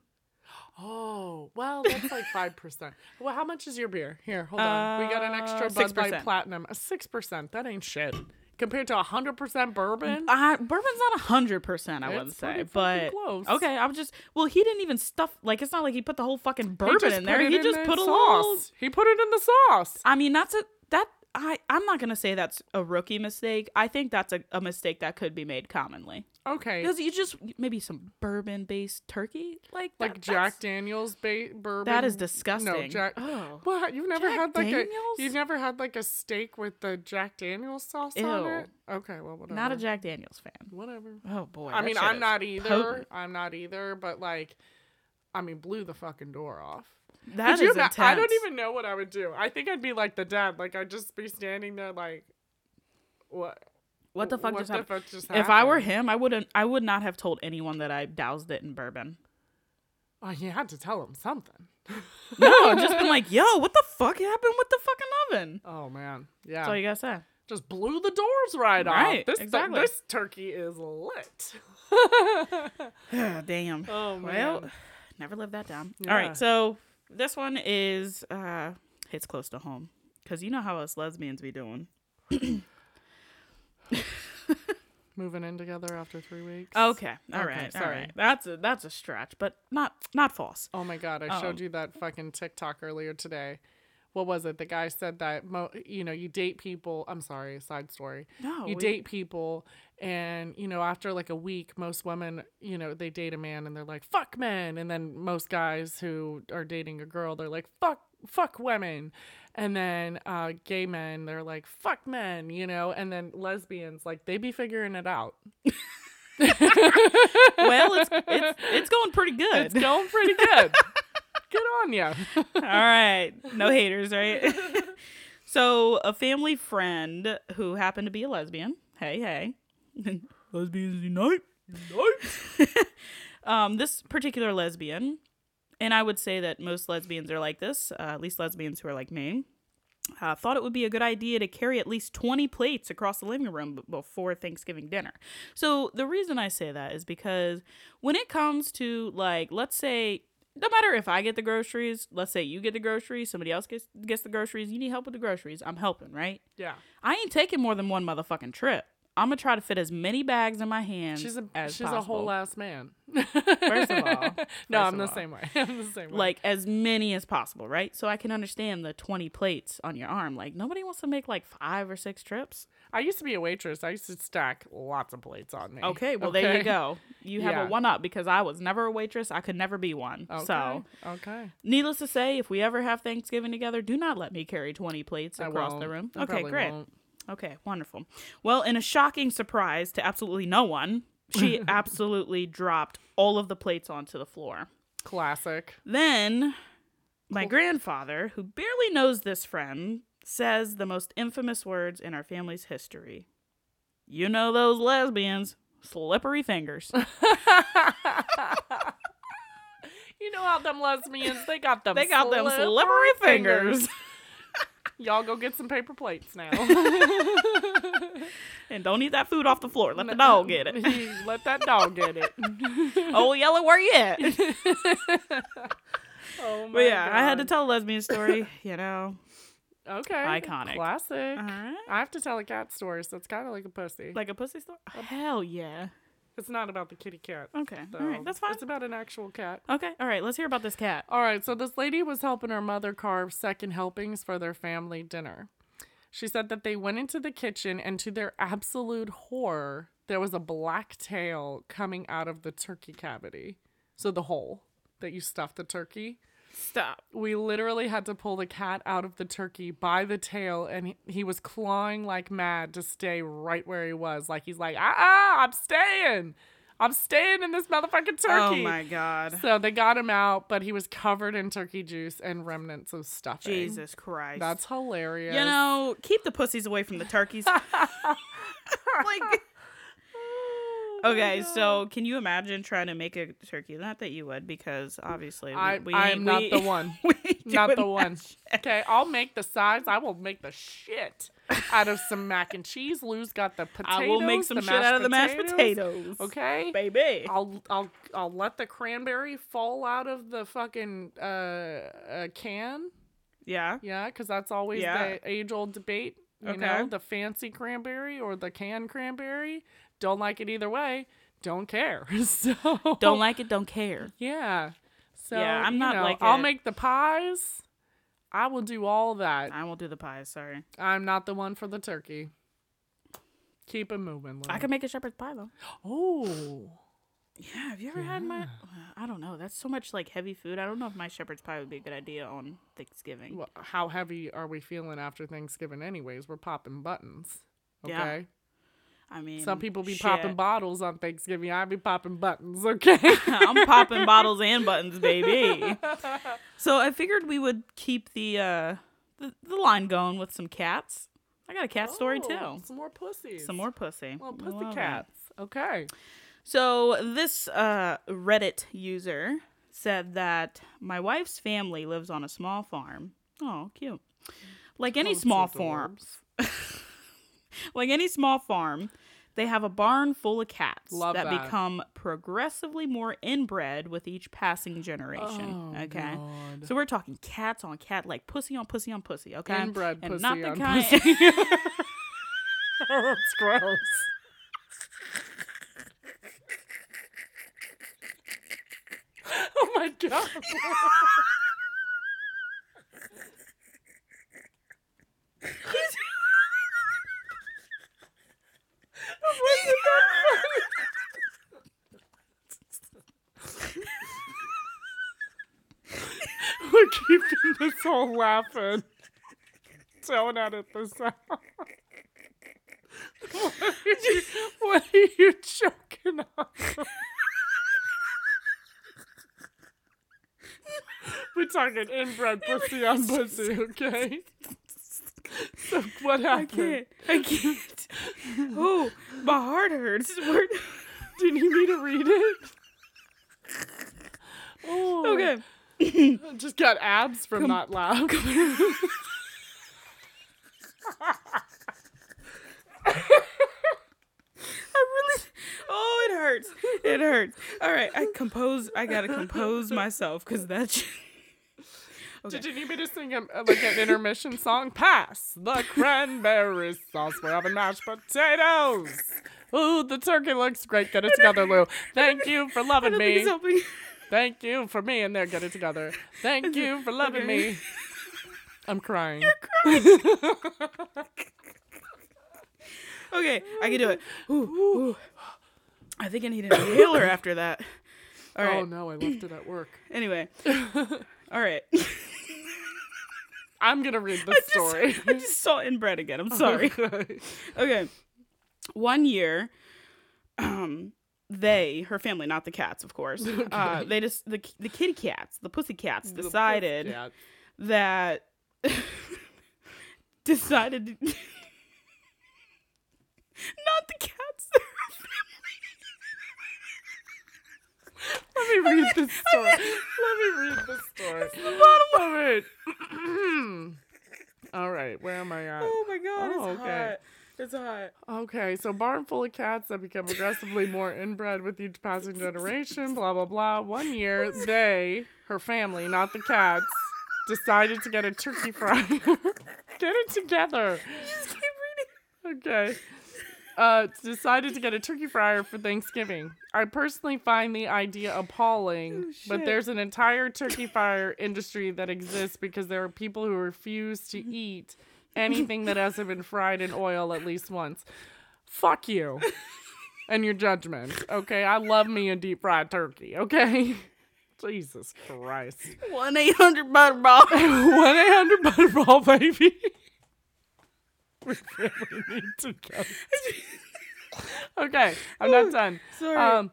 A: Oh, well, that's like 5%. Well, how much is your beer? Here, hold on. we got an extra
B: Uh,
A: Bud Light
B: 6%.
A: Platinum. A 6%. That ain't shit. Compared to 100% bourbon?
B: Uh, bourbon's not a hundred percent, I wouldn't
A: It's pretty
B: say,
A: fucking
B: but
A: close.
B: okay. I'm just well, he didn't even stuff like it's not like he put the whole fucking
A: He
B: bourbon
A: just
B: in there.
A: put it
B: He just
A: the
B: put a
A: sauce.
B: little
A: He put it in the sauce.
B: I mean, that's a that I I'm not gonna say that's a rookie mistake. I think that's a, a mistake that could be made commonly
A: Okay.
B: because you just maybe some bourbon based turkey like that,
A: like Jack Daniels ba- bourbon.
B: That is disgusting.
A: No, Jack.
B: Oh.
A: What? You've never
B: Jack
A: had like
B: Daniels?
A: a you've never had like a steak with the Jack Daniels sauce on
B: Ew.
A: it? Okay, well whatever.
B: that's- Not a Jack Daniels fan.
A: whatever.
B: Oh boy.
A: I
B: that
A: mean,
B: shit
A: I'm
B: is
A: not either.
B: potent.
A: I'm not either, but like, I mean, blew the fucking door off.
B: That
A: Could you
B: is
A: ima-
B: intense.
A: I don't even know what I would do. I think I'd be like the dad. Like, I'd just be standing there, like, what?
B: What the fuck
A: what
B: just
A: the
B: happened?
A: fuck just
B: If I were
A: happened?
B: him, I wouldn't. I would not have told anyone that I doused it in bourbon.
A: Oh, you had to tell him something.
B: No, just been like, yo, what the fuck happened with the fucking oven?
A: Oh, man. Yeah.
B: That's all you gotta say.
A: just blew the doors right, off.
B: Right,
A: This,
B: exactly.
A: this turkey is lit.
B: Damn.
A: Oh,
B: Well,
A: man.
B: never live that down. All
A: Yeah.
B: right, so this one is uh hits close to home because you know how us lesbians be doing.
A: Moving in together after three weeks.
B: Okay, all right,
A: Okay,
B: all
A: sorry.
B: right. That's a that's a stretch, but not not false.
A: Oh my god, I showed
B: Um,
A: you that fucking TikTok earlier today. What was it? The guy said that mo- you know, you date people, I'm sorry, side story.
B: No,
A: you
B: we-
A: date people and you know, after like a week, most women, you know, they date a man and they're like, "Fuck men." And then most guys who are dating a girl, they're like, "Fuck fuck women." And then uh gay men, they're like, "Fuck men," you know, and then lesbians like they be figuring it out.
B: Well, it's it's it's going pretty good.
A: It's going pretty good. good on you.
B: all right, no haters, right? so a family friend who happened to be a lesbian. Hey, hey, lesbians unite, unite. um, this particular lesbian, and I would say that most lesbians are like this. Uh, at least lesbians who are like me. Uh, thought it would be a good idea to carry at least 20 plates across the living room b- before Thanksgiving dinner. So, the reason I say that is because when it comes to, like, let's say, no matter if I get the groceries, let's say you get the groceries, somebody else gets, gets the groceries, you need help with the groceries, I'm helping, right?
A: Yeah.
B: I ain't taking more than one motherfucking trip. I'm gonna try to fit as many bags in my hands.
A: She's a
B: as
A: she's a
B: possible.
A: whole ass man.
B: First of all,
A: no,
B: first
A: I'm
B: of
A: the
B: all.
A: same way. I'm the same way.
B: Like as many as possible, right? So I can understand the 20 plates on your arm. Like nobody wants to make like five or six trips.
A: I used to be a waitress. I used to stack lots of plates on me.
B: Okay, well there you
A: Okay?
B: go. You have
A: Yeah.
B: a one up because I was never a waitress. I could never be one.
A: Okay.
B: So,
A: okay,
B: needless to say, if we ever have Thanksgiving together, do not let me carry 20 plates
A: I
B: across the
A: won't.
B: room.
A: I
B: okay,
A: probably
B: great.
A: won't.
B: Okay, wonderful. Well, in a shocking surprise to absolutely no one, she absolutely dropped all of the plates onto the floor.
A: Classic.
B: Then my grandfather, who barely knows this friend, says the most infamous words in our family's history. You know those lesbians, slippery fingers.
A: You know how them lesbians they got them.
B: They got them
A: slippery
B: slippery fingers.
A: Y'all go get some paper plates now.
B: and don't eat that food off the floor. Let the dog get it.
A: Let that dog get it.
B: Oh, yellow, where you at?
A: Oh my
B: But yeah, I had to
A: God.
B: tell a lesbian story, you know.
A: Okay.
B: Iconic.
A: Classic.
B: Uh-huh.
A: I have to tell a cat story, so it's kind of like a pussy.
B: Like a pussy store? Hell yeah.
A: It's not about the kitty cat.
B: Okay.
A: though.
B: All right. That's fine.
A: It's about an actual cat.
B: Okay. All right. Let's hear about this cat.
A: All right, so this lady was helping her mother carve second helpings for their family dinner. She said that they went into the kitchen, and to their absolute horror, there was a black tail coming out of the turkey cavity. So the hole that you stuff the turkey.
B: Stop.
A: We literally had to pull the cat out of the turkey by the tail, and he, he was clawing like mad to stay right where he was. Like he's like, ah, ah I'm staying. I'm staying in this motherfucking turkey.
B: Oh my god.
A: So they got him out, but he was covered in turkey juice and remnants of stuffing.
B: Jesus Christ.
A: That's hilarious.
B: you know, keep the pussies away from the turkeys. like Okay, so can you imagine trying to make a turkey? Not that you would, because obviously we,
A: I,
B: we
A: I'm
B: ain't-
A: not
B: we-
A: the one.
B: we ain't
A: Not
B: doing
A: the
B: that
A: one.
B: shit.
A: Okay, I'll make the sides. I will make the shit out of some mac and cheese. Lou's got the potatoes.
B: I will make some
A: the
B: shit out of the mashed potatoes.
A: Okay.
B: baby.
A: I'll I'll I'll let the cranberry fall out of the fucking uh, uh can.
B: yeah.
A: Yeah, because that's always
B: Yeah.
A: the age old debate. You
B: Okay.
A: know, the fancy cranberry or the canned cranberry. Don't like it either way. Don't care. So
B: Don't like it, don't care.
A: Yeah. So
B: Yeah, I'm
A: you
B: not
A: know,
B: like
A: I'll
B: it.
A: make the pies. I will do all that.
B: I won't do the pies, sorry.
A: I'm not the one for the turkey. Keep it moving. Lou.
B: I could make a shepherd's pie though.
A: Oh.
B: Yeah, have you ever had my? I don't know. That's so much like heavy food. I don't know if my shepherd's pie would be a good idea on Thanksgiving.
A: Well, how heavy are we feeling after Thanksgiving? Anyways, we're popping buttons. Okay.
B: Yeah. I mean,
A: Some people be
B: shit.
A: popping bottles on Thanksgiving. I be popping buttons. Okay.
B: I'm popping bottles and buttons, baby. So I figured we would keep the uh the, the line going with some cats. I got a cat story
A: Oh,
B: too.
A: Some more pussies.
B: Some more pussy.
A: Well,
B: Love
A: pussy
B: it.
A: cats. Okay.
B: So this uh, Reddit user said that my wife's family lives on a small farm. Oh, cute. Like any small farm,
A: farms.
B: like any small farm, they have a barn full of cats
A: Love
B: that,
A: that.
B: become progressively more inbred with each passing generation.
A: Oh,
B: okay.
A: God.
B: So we're talking cats on cat, like pussy on pussy on pussy, okay?
A: Inbred
B: and
A: pussy
B: not the
A: on
B: kind
A: pussy. That's gross. oh my god. We're keeping this all laughing. Don't edit this out. What are you, what are you choking on? We're talking inbred pussy on pussy, okay? So what
B: I
A: happened?
B: can't. I can't. Oh, my heart hurts. We're-
A: Did you need to read it? Oh,
B: okay.
A: I Just got abs from that laugh.
B: I really. Oh, it hurts. It hurts. All right, I compose. I gotta compose myself because that. sh-
A: Did you need me to sing a, like an intermission song? Pass the cranberry sauce. We're having mashed potatoes. Ooh, the turkey looks great. Get it together, Lou. Thank you for
B: I
A: loving
B: don't think it's
A: me.
B: helping.
A: Thank you for me and there. Get it together. Thank you for loving
B: Okay.
A: me. I'm crying.
B: Okay, I can do it. Ooh, ooh. I think I need an inhaler after that. All right.
A: Oh no, I left it at work.
B: Anyway. All right.
A: I'm gonna read the
B: Just-
A: story.
B: I just saw inbred again. I'm sorry. Okay. One year, um, they, her family, not the cats, of course, uh, they just the the kitty cats, the pussy cats, decided
A: Yeah.
B: that decided to- not the cats.
A: Let me read this story. Let me read this story. All right. All right. Where am I at?
B: oh my god!
A: Oh,
B: it's
A: okay.
B: hot. It's hot.
A: Okay, so barn full of cats that become aggressively more inbred with each passing generation, blah, blah, blah. One year, they, her family, not the cats, decided to get a turkey fryer. get it together.
B: Just keep reading.
A: Okay. Uh, decided to get a turkey fryer for Thanksgiving. I personally find the idea appalling,
B: Oh,
A: but
B: shit.
A: there's an entire turkey fryer industry that exists because there are people who refuse to eat anything that hasn't been fried in oil at least once. Fuck you and your judgment, okay? I love me a deep fried turkey, okay? Jesus Christ.
B: One eight hundred
A: 1
B: Butterball.
A: 800 Butterball Baby. we really need to go. okay, I'm not done.
B: Sorry.
A: Um,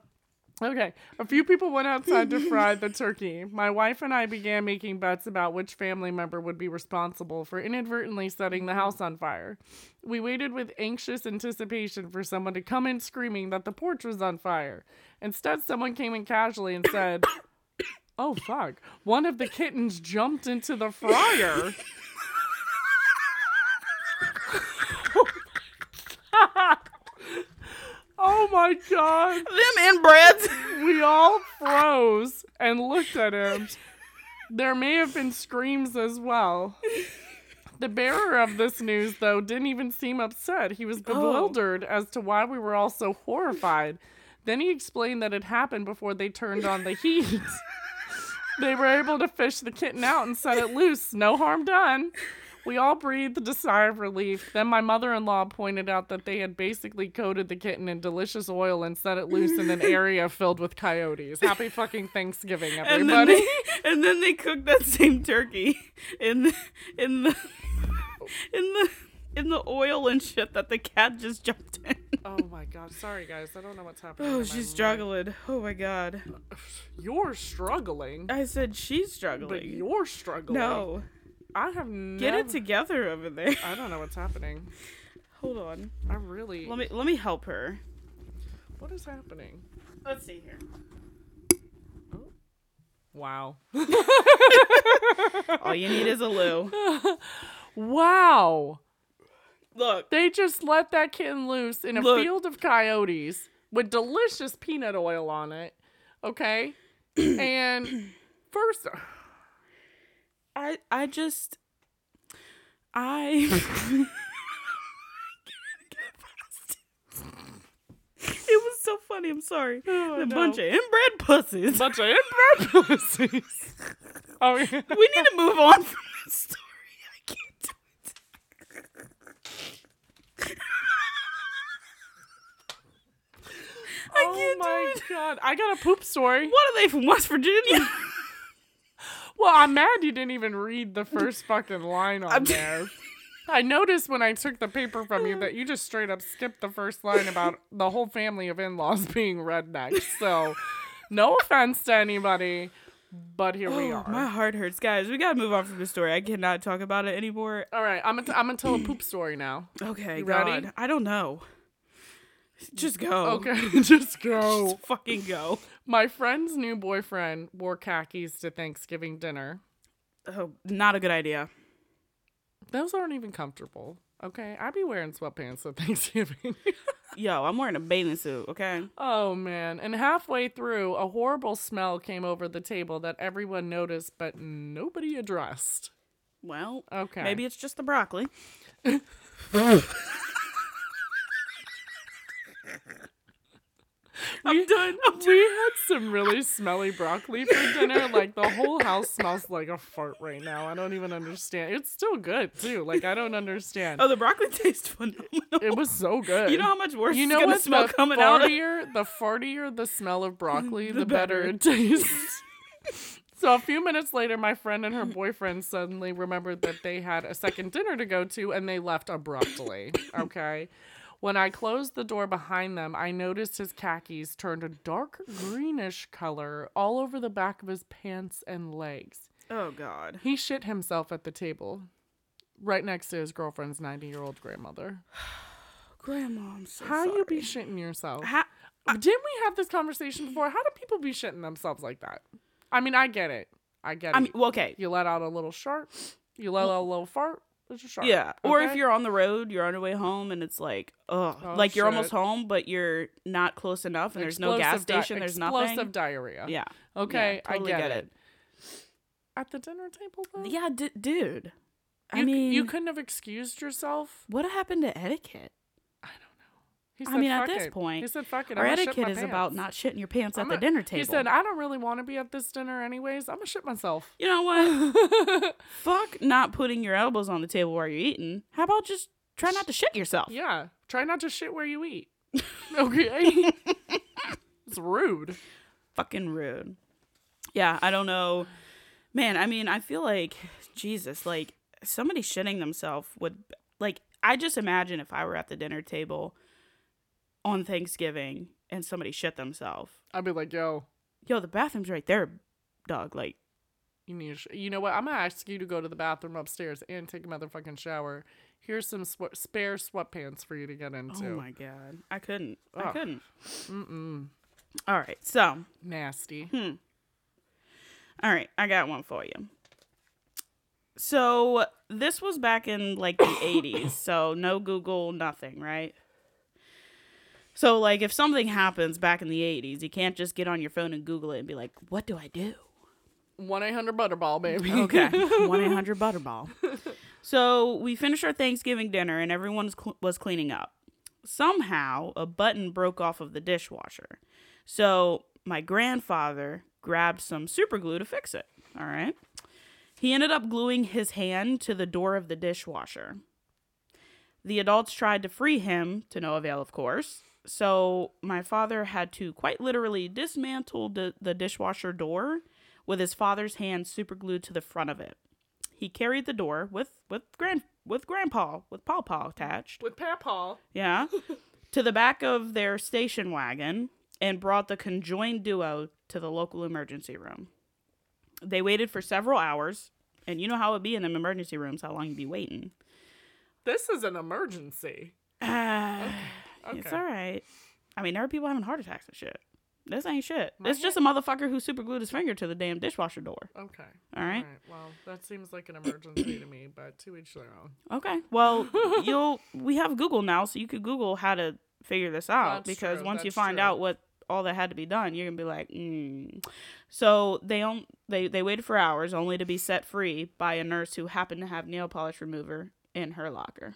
A: okay, a few people went outside to fry the turkey. My wife and I began making bets about which family member would be responsible for inadvertently setting the house on fire. We waited with anxious anticipation for someone to come in screaming that the porch was on fire. Instead, someone came in casually and said, Oh fuck, one of the kittens jumped into the fryer. oh my god.
B: Them inbreds.
A: We all froze and looked at him. There may have been screams as well. The bearer of this news, though, didn't even seem upset. He was bewildered as to why we were all so horrified. Then he explained that it happened before they turned on the heat. they were able to fish the kitten out and set it loose. No harm done. We all breathed a sigh of relief. Then my mother in law pointed out that they had basically coated the kitten in delicious oil and set it loose in an area filled with coyotes. Happy fucking Thanksgiving,
B: and then they,
A: everybody.
B: and then they cooked that same turkey in the, in the in the in the oil and shit that the cat just jumped in.
A: oh my god. Sorry, guys. I don't know what's happening.
B: Oh,
A: in my
B: she's
A: mind.
B: struggling. Oh my god.
A: You're struggling.
B: I said she's
A: But
B: struggling.
A: you're struggling.
B: No,
A: I have never.
B: get it together over there.
A: I don't know what's happening.
B: Hold on.
A: I really.
B: Let me let me help her.
A: What is happening?
B: Let's see here.
A: Wow.
B: All you need is a loo.
A: Wow.
B: Look,
A: They just let that kitten loose in a
B: Look.
A: field of coyotes with delicious peanut oil on it. Okay? and first
B: I I just I can't get past it. It was so funny. I'm sorry.
A: Oh,
B: a
A: no.
B: bunch of inbred pussies.
A: bunch of inbred pussies. Oh, yeah.
B: we need to move on from this story. I can't do it. I
A: oh
B: can't
A: my
B: do it.
A: god. I got a poop story.
B: What are they from West Virginia?
A: Well, I'm mad you didn't even read the first fucking line on
B: I'm-
A: there. I noticed when I took the paper from you that you just straight up skipped the first line about the whole family of in laws being rednecks. So, no offense to anybody, but here we
B: Oh,
A: are.
B: my heart hurts, guys. We gotta move on from this story. I cannot talk about it anymore.
A: All right, I'm gonna, I'm gonna tell a poop story now.
B: Okay,
A: You
B: God.
A: ready?
B: I don't know. Just go.
A: Okay, just go.
B: Just fucking Oh. go.
A: My friend's new boyfriend wore khakis to Thanksgiving dinner.
B: Oh, not a good idea.
A: Those aren't even comfortable. Okay, I'd be wearing sweatpants at Thanksgiving.
B: Yo, I'm wearing a bathing suit, okay?
A: Oh man. And halfway through, a horrible smell came over the table that everyone noticed but nobody addressed.
B: Well,
A: Okay.
B: maybe it's just the broccoli. I'm done. I'm
A: we had some really smelly broccoli for dinner. Like the whole house smells like a fart right now. I don't even understand. It's still good too. Like I don't understand.
B: Oh, the broccoli tastes phenomenal.
A: It was so good.
B: You know how much worse
A: You know
B: it's gonna
A: what?
B: smell
A: the
B: coming out of
A: fartier, the fartier the smell of broccoli, the,
B: The
A: better.
B: better.
A: it tastes. so a few minutes later, my friend and her boyfriend suddenly remembered that they had a second dinner to go to, and they left abruptly. Okay. When I closed the door behind them, I noticed his khakis turned a dark greenish color all over the back of his pants and legs.
B: Oh God.
A: He shit himself at the table, right next to his girlfriend's 90 year old grandmother.
B: Grandma, I'm so
A: How you be
B: sorry.
A: shitting yourself?
B: Ha-
A: Didn't we have this conversation before? How do people be shitting themselves like that? I mean, I get it. I get
B: I
A: it.
B: mean, well, okay.
A: you let out a little shark. You let out a little fart. It's a shark.
B: Yeah. Or if
A: okay?
B: you're on the road, you're on your way home, and it's like, ugh,
A: Oh,
B: like you're
A: shit.
B: almost home, but you're not close enough, and there's no gas
A: Explosive di-
B: station, there's
A: explosive
B: nothing.
A: diarrhea.
B: Yeah.
A: Okay,
B: yeah, totally
A: I get,
B: get
A: it. At the dinner table, though,
B: Yeah, d- dude. I
A: You-
B: mean,
A: you couldn't have excused yourself.
B: what happened to etiquette?
A: He
B: I
A: said,
B: mean, at
A: "Fuck
B: this
A: it."
B: point,
A: he said, "Fuck it."
B: Our
A: I'ma shit
B: etiquette
A: my
B: is
A: pants."
B: about not shitting your pants at
A: I'ma-
B: the dinner table.
A: He said, "I don't really want to be at this dinner, anyways. I'm gonna shit myself."
B: you know what? Fuck not putting your elbows on the table while you're eating. How about just try not to shit yourself?
A: Yeah. Try not to shit where you eat. okay. it's rude.
B: Fucking rude. Yeah, I don't know. Man, I mean, I feel like Jesus, like somebody shitting themselves would like I just imagine if I were at the dinner table on Thanksgiving and somebody shit themselves.
A: I'd be like, yo,
B: Yo, the bathroom's right there, dog. Like,
A: you need, to sh- you know what? I'm gonna ask you to go to the bathroom upstairs and take a motherfucking shower. Here's some sw- spare sweatpants for you to get into.
B: oh my god, I couldn't. I
A: Ugh.
B: couldn't.
A: Mm-mm.
B: All right, so
A: Nasty.
B: All right, I got one for you. So this was back in like the 80s, so no Google, nothing, right? So like if something happens back in the 80s, you can't just get on your phone and Google it and be like, "What do I do?"
A: One eight hundred Butterball, baby.
B: Okay. 1 800 Butterball. So we finished our Thanksgiving dinner and everyone was cl- was cleaning up. Somehow, a button broke off of the dishwasher. So my grandfather grabbed some super glue to fix it. All right. He ended up gluing his hand to the door of the dishwasher. The adults tried to free him, to no avail, of course. So my father had to quite literally dismantle the, the dishwasher door with his father's hand superglued to the front of it. He carried the door with with grand with grandpa with pawpaw attached,
A: With Papaw.
B: yeah, to the back of their station wagon and brought the conjoined duo to the local emergency room. They waited for several hours, and you know how it be in them emergency rooms, how long you be waiting.
A: This is an emergency.
B: Uh, It's
A: okay.
B: all right. I mean, there are people having heart attacks and shit. This ain't shit.
A: My
B: it's just a motherfucker who superglued his finger to the damn dishwasher door.
A: Okay.
B: All right.
A: All right. Well, that seems like an emergency to me, but to each their own.
B: Okay. Well, you'll we have Google now, so you could Google how to figure this out
A: That's
B: because
A: true,
B: once you
A: that's
B: find
A: true.
B: out what all that had to be done, you're gonna be like, mm. so they on they they waited for hours only to be set free by a nurse who happened to have nail polish remover in her locker.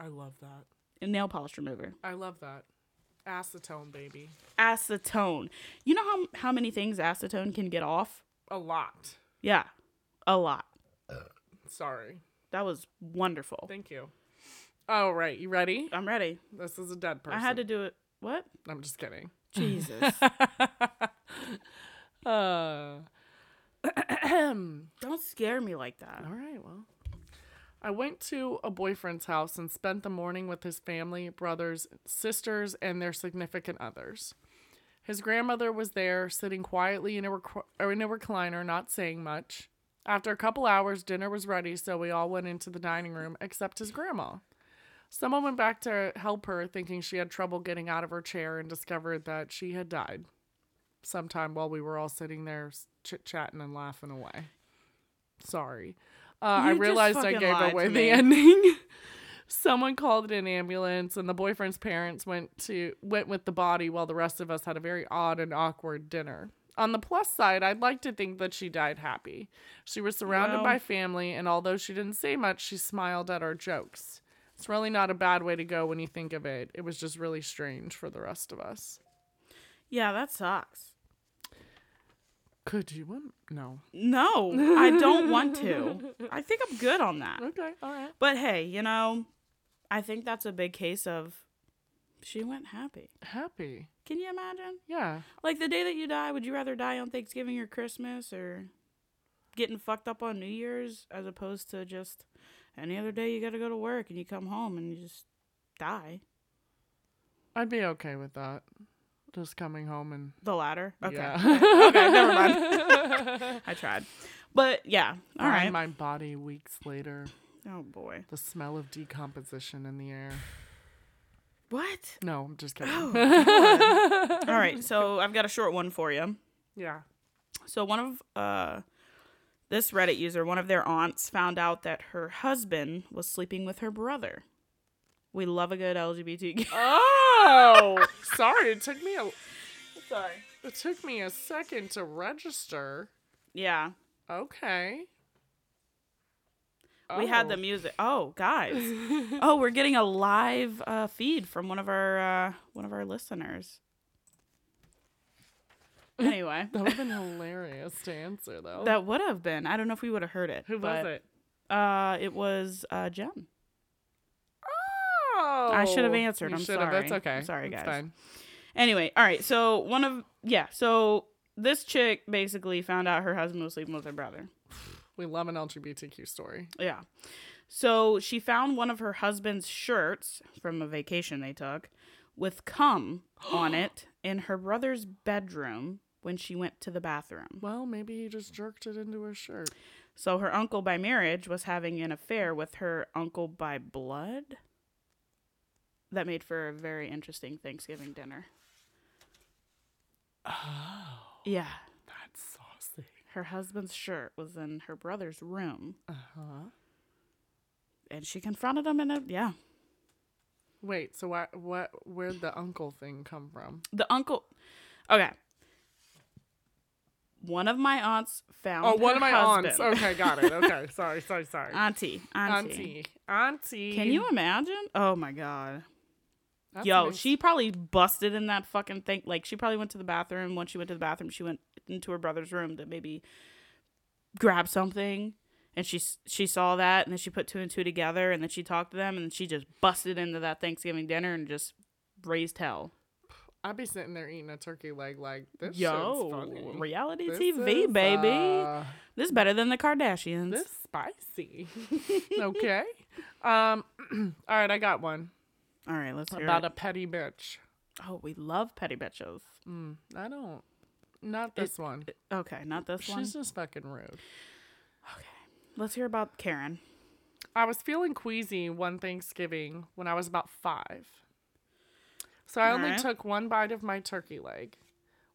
A: I love that.
B: A nail polish remover,
A: I love that. Acetone, baby.
B: acetone. You know how how many things acetone can get off?
A: A lot.
B: Yeah, a lot.
A: Sorry.
B: That was wonderful.
A: Thank you. All right. You ready?
B: I'm ready.
A: This is a dead person.
B: I had to do it. What?
A: I'm just kidding.
B: Jesus.
A: uh.
B: Don't scare me like that.
A: All right, well. I went to a boyfriend's house and spent the morning with his family, brothers, sisters, and their significant others. His grandmother was there, sitting quietly in a, rec- or in a recliner, not saying much. After a couple hours, dinner was ready, so we all went into the dining room except his grandma. Someone went back to help her, thinking she had trouble getting out of her chair, and discovered that she had died sometime while we were all sitting there chit chatting and laughing away. Sorry. Uh, I
B: You just
A: realized I
B: fucking
A: gave
B: lied to
A: away
B: me.
A: the ending. Someone called an ambulance, and the boyfriend's parents went to went with the body, while the rest of us had a very odd and awkward dinner. On the plus side, I'd like to think that she died happy. She was surrounded
B: Well-
A: by family, and although she didn't say much, she smiled at our jokes. It's really not a bad way to go when you think of it. It was just really strange for the rest of us.
B: Yeah, that sucks.
A: Could you? um, No.
B: No, I don't want to. I think I'm good on that.
A: Okay. All right.
B: But hey, you know, I think that's a big case of she went happy.
A: Happy.
B: Can you imagine?
A: Yeah.
B: Like the day that you die, would you rather die on Thanksgiving or Christmas or getting fucked up on New Year's as opposed to just any other day you got to go to work and you come home and you just die?
A: I'd be okay with that. Just coming home and
B: The latter. Okay.
A: Yeah.
B: okay, never mind. I tried. But yeah, all
A: find
B: right.
A: my body weeks later.
B: oh boy.
A: The smell of decomposition in the air.
B: What?
A: No, I'm just kidding.
B: Oh. All right, so I've got a short one for you.
A: Yeah.
B: So one of uh this Reddit user, one of their aunts found out that her husband was sleeping with her brother. We love a good LGBTQ.
A: Oh, sorry. It took me a
B: Sorry.
A: it took me a second to register.
B: Yeah.
A: Okay.
B: We had the
A: them.
B: music. Oh, guys. oh, we're getting a live uh, feed from one of our uh, one of our listeners. Anyway,
A: That would have been hilarious to answer though.
B: that would have been. I don't know if we would have heard it.
A: Who
B: but,
A: was it?
B: Uh, it was uh, Jen.
A: Oh,
B: I should have answered.
A: You
B: I'm
A: should have. That's
B: sorry.
A: okay.
B: I'm sorry,
A: It's
B: guys.
A: fine.
B: Anyway, all right. So one of yeah. So this chick basically found out her husband was sleeping with her brother.
A: We love an LGBTQ story.
B: Yeah. So she found one of her husband's shirts from a vacation they took with cum on it in her brother's bedroom when she went to the bathroom.
A: Well, maybe he just jerked it into his shirt.
B: So her uncle by marriage was having an affair with her uncle by blood. That made for a very interesting Thanksgiving dinner.
A: Oh,
B: Yeah.
A: that's saucy.
B: Her husband's shirt was in her brother's room
A: Uh huh.
B: and she confronted him in a yeah.
A: Wait, so what? What? Where'd the uncle thing come from?
B: The uncle Okay. One of my aunts found
A: Oh, one
B: her
A: of my aunts.
B: husband.
A: Okay, got it. Okay, sorry, sorry, sorry.
B: Auntie, auntie.
A: Auntie, auntie.
B: Can you imagine? Oh my god.
A: That's
B: Yo,
A: an ex-
B: she probably busted in that fucking thing. Like she probably went to the bathroom. Once she went to the bathroom, she went into her brother's room to maybe grab something, and she s- she saw that, and then she put two and two together, and then she talked to them, and she just busted into that Thanksgiving dinner and just raised hell.
A: I'd be sitting there eating a turkey leg like this. shit's
B: Yo,
A: funny.
B: reality
A: This
B: TV,
A: is,
B: baby.
A: uh,
B: this is better than the Kardashians.
A: this spicy. okay. Um. all right, I got one
B: All right, let's hear
A: about
B: it.
A: a petty bitch.
B: oh, we love petty bitches.
A: Mm, I don't. Not this one.
B: Okay, not this one.
A: She's just fucking rude.
B: Let's hear about Karen.
A: I was feeling queasy one Thanksgiving when I was about five. So I only
B: Alright.
A: took one bite of my turkey leg.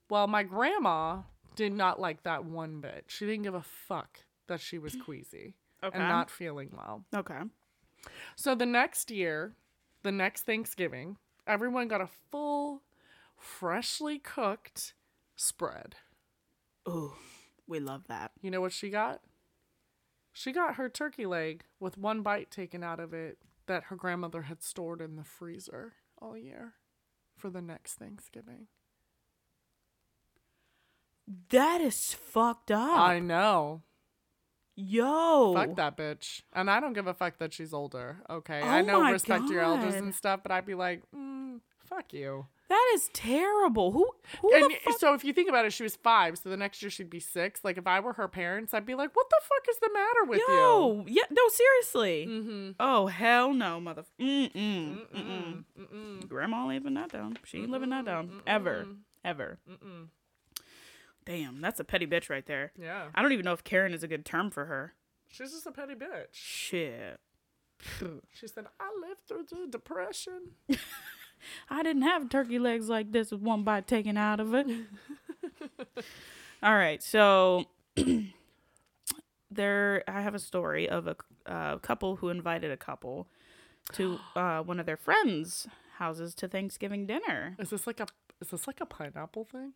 A: Well, my grandma did not like that one bit. She didn't give a fuck that she was queasy
B: Okay.
A: and not feeling well.
B: okay.
A: So the next year, the next Thanksgiving, everyone got a full, freshly cooked spread.
B: Ooh, we love that.
A: You know what she got? She got her turkey leg with one bite taken out of it that her grandmother had stored in the freezer all year for the next Thanksgiving.
B: That is fucked up.
A: I know.
B: Yo.
A: Fuck that bitch. And I don't give a fuck that she's older. Okay. I
B: Oh
A: know
B: my
A: respect your elders
B: God.
A: and stuff, but I'd be like, mm, fuck you.
B: That is terrible. Who who
A: and
B: the fuck?
A: so if you think about it, she was five, so the next year she'd be six. Like if I were her parents, I'd be like, what the fuck is the matter with you?
B: Yo. Yeah, no, seriously.
A: Mm-hmm.
B: Oh, hell no, mother. Mm-mm. Mm-mm.
A: Mm-mm. Mm-mm.
B: Grandma living that down. She ain't living that down. Ever. Ever.
A: Mm-mm.
B: Damn, that's a petty bitch right there.
A: Yeah.
B: I don't even know if Karen is a good term for her.
A: She's just a petty bitch.
B: Shit.
A: She said, I lived through the depression.
B: I didn't have turkey legs like this with one bite taken out of it. All right, so there, I have a story of a uh, couple who invited a couple to uh, one of their friends' houses to Thanksgiving dinner.
A: Is this like a is this like a pineapple thing?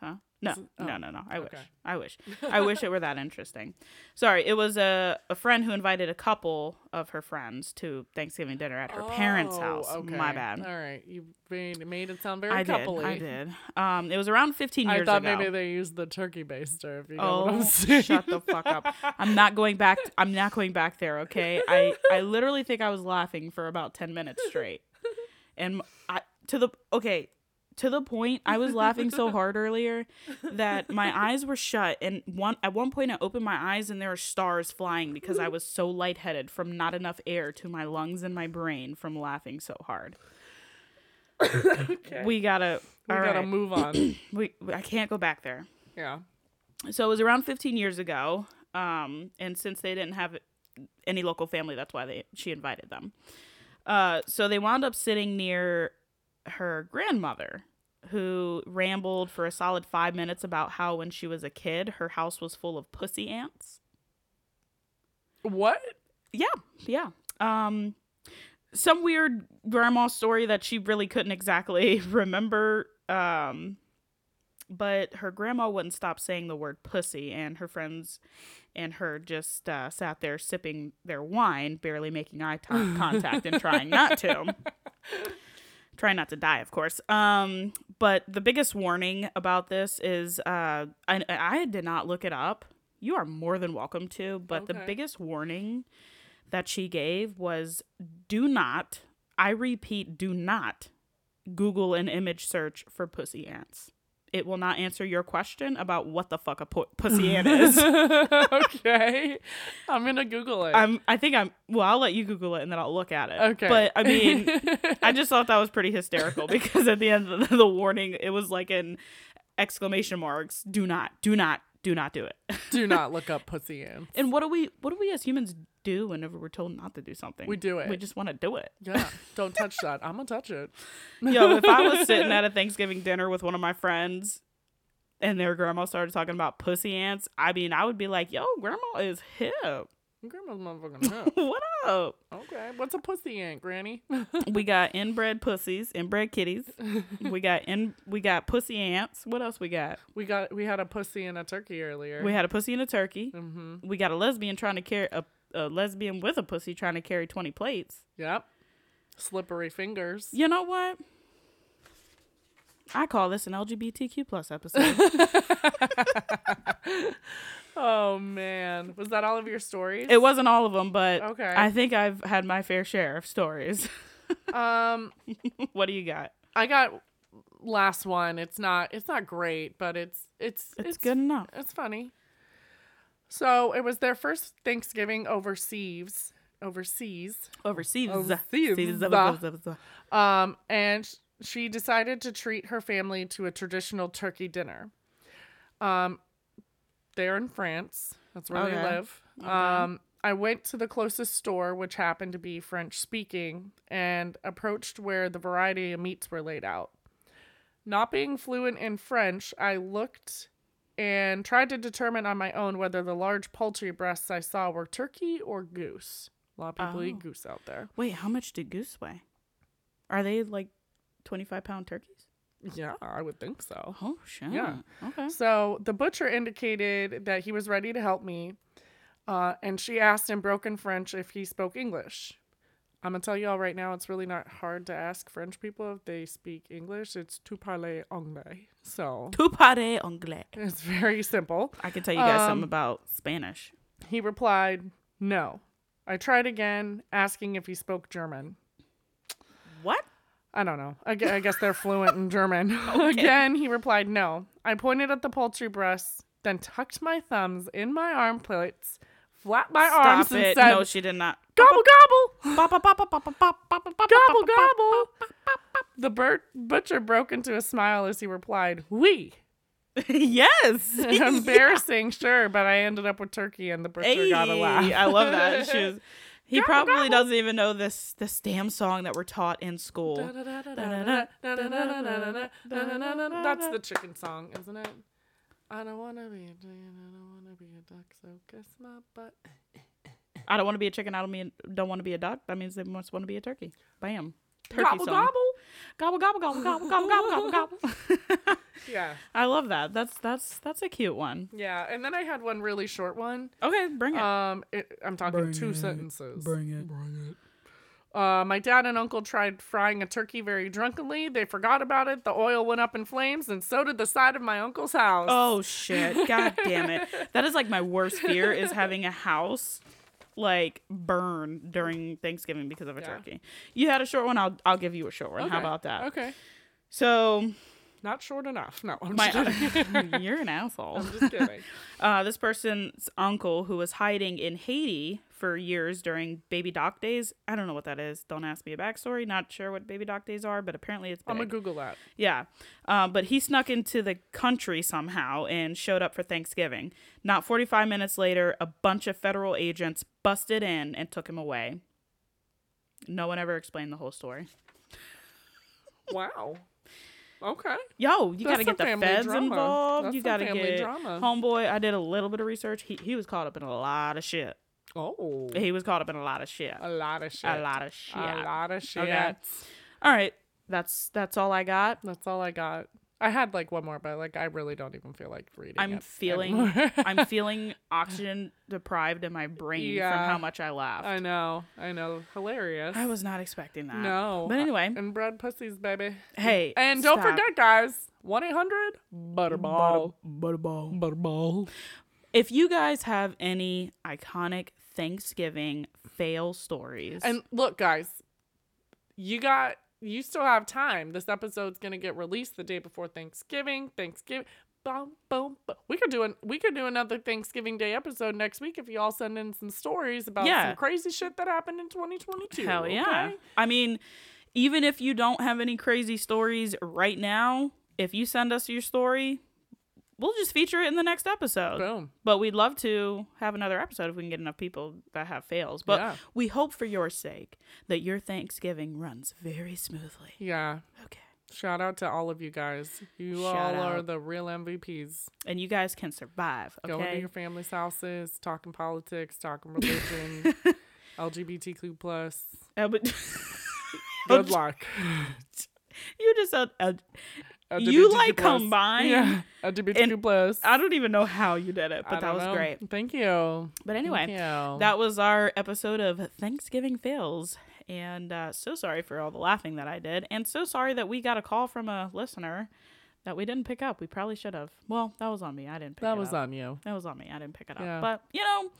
B: Huh? No,
A: Is it-
B: no,
A: oh,
B: no, no. I wish.
A: okay.
B: I wish. I wish it were that interesting. Sorry, it was a, a friend who invited a couple of her friends to Thanksgiving dinner at her parents' house. My bad.
A: Oh, All right. You made, made it sound very
B: I did.
A: coupley.
B: I did. Um, it was around 15
A: I
B: years
A: thought
B: ago.
A: maybe they used the turkey baster if you know what
B: oh,
A: I'm saying.
B: shut the fuck up! I'm not going back. I'm not going back there. Okay. I I literally think I was laughing for about 10 minutes straight, and I to the okay to the point I was laughing so hard earlier that my eyes were shut and one at one point I opened my eyes and there were stars flying because I was so lightheaded from not enough air to my lungs and my brain from laughing so hard. We gotta.
A: we
B: all
A: gotta
B: right.
A: move on.
B: We, I can't go back there.
A: yeah.
B: So it was around 15 years ago. Um, and since they didn't have any local family, that's why they she invited them. Uh, so they wound up sitting near her grandmother, who rambled for a solid five minutes about how when she was a kid, her house was full of pussy ants.
A: What?
B: Yeah, yeah. Um, some weird grandma story that she really couldn't exactly remember. Um, but her grandma wouldn't stop saying the word pussy, and her friends and her just uh, sat there sipping their wine, barely making eye to- contact and trying not to. Trying not to die, of course. Um, but the biggest warning about this is uh, I, I did not look it up. You are more than welcome to, but the
A: Okay.
B: biggest warning that she gave was do not, I repeat, do not Google an image search for pussy ants it will not answer your question about what the fuck a po- pussy ant is.
A: okay. I'm gonna Google it.
B: I'm, I think I'm, well, I'll let you Google it and then I'll look at it.
A: okay.
B: But I mean, I just thought that was pretty hysterical because at the end of the, the warning, it was like an exclamation marks. Do not, do not, do not do it.
A: do not look up pussy ants.
B: And what do we, what do we as humans do whenever we're told not to do something?
A: We do it.
B: We just want to do it.
A: yeah. Don't touch that. I'm gonna touch it.
B: Yo, if I was sitting at a Thanksgiving dinner with one of my friends and their grandma started talking about pussy ants, I mean, I would be like, yo, grandma is hip.
A: Grandma's motherfucking hip.
B: What up?
A: Okay. What's a pussy ant, Granny?
B: We got inbred pussies, inbred kitties. We got in we got pussy ants. What else we got?
A: we got we had a pussy and a turkey earlier.
B: We had a pussy and a turkey.
A: mm-hmm.
B: We got a lesbian trying to carry a, a lesbian with a pussy trying to carry 20 plates.
A: Yep. Slippery fingers.
B: You know what? I call this an LGBTQ plus episode.
A: Oh man. Was that all of your stories?
B: It wasn't all of them, but
A: Okay.
B: I think I've had my fair share of stories.
A: um
B: what do you got?
A: I got last one. It's not it's not great, but it's it's
B: It's, good enough.
A: It's funny. So it was their first Thanksgiving overseas. Overseas.
B: Overseas.
A: Overseas.
B: Seas- Overseas.
A: Um, and sh- she decided to treat her family to a traditional turkey dinner. Um, they're in France. That's where they
B: Okay.
A: live. Um, I went to the closest store, which happened to be French speaking, and approached where the variety of meats were laid out. Not being fluent in French, I looked and tried to determine on my own whether the large poultry breasts I saw were turkey or goose. A lot of people
B: Oh.
A: eat goose out there.
B: Wait, how much do goose weigh? Are they like 25 pound turkeys?
A: Yeah, I would think so.
B: Oh, shit.
A: Yeah.
B: Okay.
A: So the butcher indicated that he was ready to help me, uh, and she asked in broken French if he spoke English. I'm gonna tell you all right now, it's really not hard to ask French people if they speak English. It's tu parler anglais, so
B: Tu parles anglais.
A: it's very simple.
B: I can tell you guys
A: Um,
B: something about Spanish.
A: He replied, "No." I tried again, asking if he spoke German.
B: What?
A: I don't know. I gue- I guess they're fluent in German. Again, he replied, No. I pointed at the poultry breasts, then tucked my thumbs in my arm plates, flapped my arms,
B: Stop
A: and
B: it.
A: said,
B: no, she did not.
A: Gobble, gobble,
B: Bop, bop, bop, bop, bop, bop, bop, bop, bop, bop,
A: gobble,
B: bop, bop.
A: gobble. The bur- butcher broke into a smile as he replied, We.
B: yes.
A: Embarrassing, sure, but I ended up with turkey and the butcher got a laugh.
B: Ayy, I love that. She was, he
A: Gobble,
B: probably
A: gobble.
B: doesn't even know this this damn song that we're taught in school.
A: That's the chicken song, isn't it? I don't wanna be a chicken, I don't wanna be a duck, so kiss my butt.
B: I don't want to be a chicken. I don't mean don't want to be a duck. That means they must want to be a turkey. Bam. Turkey
A: gobble
B: song.
A: gobble.
B: gobble gobble gobble gobble gobble gobble gobble gobble.
A: Yeah,
B: I love that. That's that's that's a cute one.
A: yeah. And then I had one really short one.
B: Okay, bring it.
A: Um, it, I'm talking two sentences. Bring it. Bring it. Uh, my dad and uncle tried frying a turkey very drunkenly. They forgot about it. The oil went up in flames, and so did the side of my uncle's house.
B: oh shit. God damn it. That is like my worst fear is having a house like burn during Thanksgiving because of a
A: Yeah.
B: turkey. You had a short one. I'll I'll give you a short one.
A: Okay,
B: How about that?
A: Okay,
B: So
A: not short enough. No, I'm
B: my
A: just kidding.
B: you're an asshole.
A: I'm just kidding.
B: Uh, this person's uncle, who was hiding in Haiti for years during Baby Doc days, I don't know what that is. Don't ask me a backstory. Not sure what Baby Doc days are, but apparently it's
A: I'm
B: big.
A: gonna Google that.
B: yeah. Um, but he snuck into the country somehow and showed up for Thanksgiving. Not 45 minutes later, a bunch of federal agents busted in and took him away. No one ever explained the whole story.
A: Wow. Okay.
B: Yo, you
A: That's
B: gotta
A: some
B: get the
A: family
B: feds
A: drama.
B: involved.
A: That's
B: you
A: some
B: gotta
A: family
B: get
A: drama.
B: homeboy. I did a little bit of research. He he was caught up in a lot of shit.
A: Oh.
B: He was caught up in a lot of shit.
A: A lot Oh, of shit.
B: A lot of shit.
A: A lot of shit.
B: Okay. All right. That's that's all I got.
A: That's all I got. I had like one more, but like I really don't even feel like reading.
B: I'm
A: it
B: feeling
A: anymore.
B: I'm feeling oxygen deprived in my brain
A: Yeah.
B: from how much I laughed.
A: I know. I know. Hilarious.
B: I was not expecting that.
A: no.
B: But anyway,
A: And bread pussies, baby.
B: hey.
A: And don't
B: stop.
A: forget, guys. One eight hundred butterball.
B: Butterball.
A: Butterball.
B: If you guys have any iconic Thanksgiving fail stories,
A: And look, guys, you got you still have time. This episode's gonna get released the day before Thanksgiving. Thanksgiving. Boom, boom, boom. We could do an we could do another Thanksgiving Day episode next week if you all send in some stories about
B: Yeah.
A: some crazy shit that happened in 2022.
B: Hell yeah.
A: okay?
B: I mean, even if you don't have any crazy stories right now, if you send us your story, we'll just feature it in the next episode.
A: Boom.
B: But we'd love to have another episode if we can get enough people that have fails. But
A: Yeah.
B: we hope for your sake that your Thanksgiving runs very smoothly.
A: Yeah.
B: Okay.
A: Shout out to all of you guys. You
B: Shout
A: all are
B: out.
A: the real MVPs.
B: And you guys can survive. Okay.
A: Going to your family's houses, talking politics, talking religion, LGBTQ plus.
B: Uh, but-
A: Good luck.
B: you just said uh, You,
A: LGBTQ+.
B: like, combined
A: Yeah. LGBTQ plus.
B: I don't even know how you did it,
A: I
B: but that
A: don't
B: was
A: know.
B: great.
A: Thank you.
B: But
A: Thank
B: anyway,
A: you.
B: that was our episode of Thanksgiving fails. And uh, so sorry for all the laughing that I did, and so sorry that we got a call from a listener that we didn't pick up. We probably should have. Well, that was on me. I didn't pick
A: that
B: it
A: was
B: up.
A: on you.
B: That was on me. I didn't pick it up.
A: Yeah.
B: But, you know,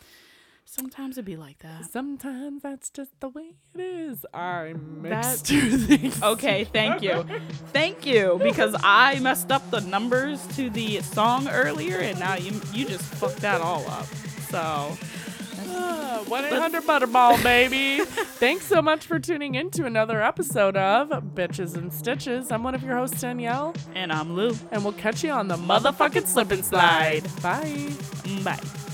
B: sometimes it'd be like that.
A: Sometimes that's just the way it is. I mixed
B: That-
A: two things.
B: Okay, thank you. Thank you because I messed up the numbers to the song earlier and now you you just fucked that all up. So,
A: Ah, One eight hundred Butterball, baby. Thanks so much for tuning in to another episode of Bitches and Stitches. I'm one of your hosts, Danielle,
B: and I'm Lou.
A: and we'll catch you on the motherfucking
B: Motherfucking slip and slide.
A: Bye.
B: Bye.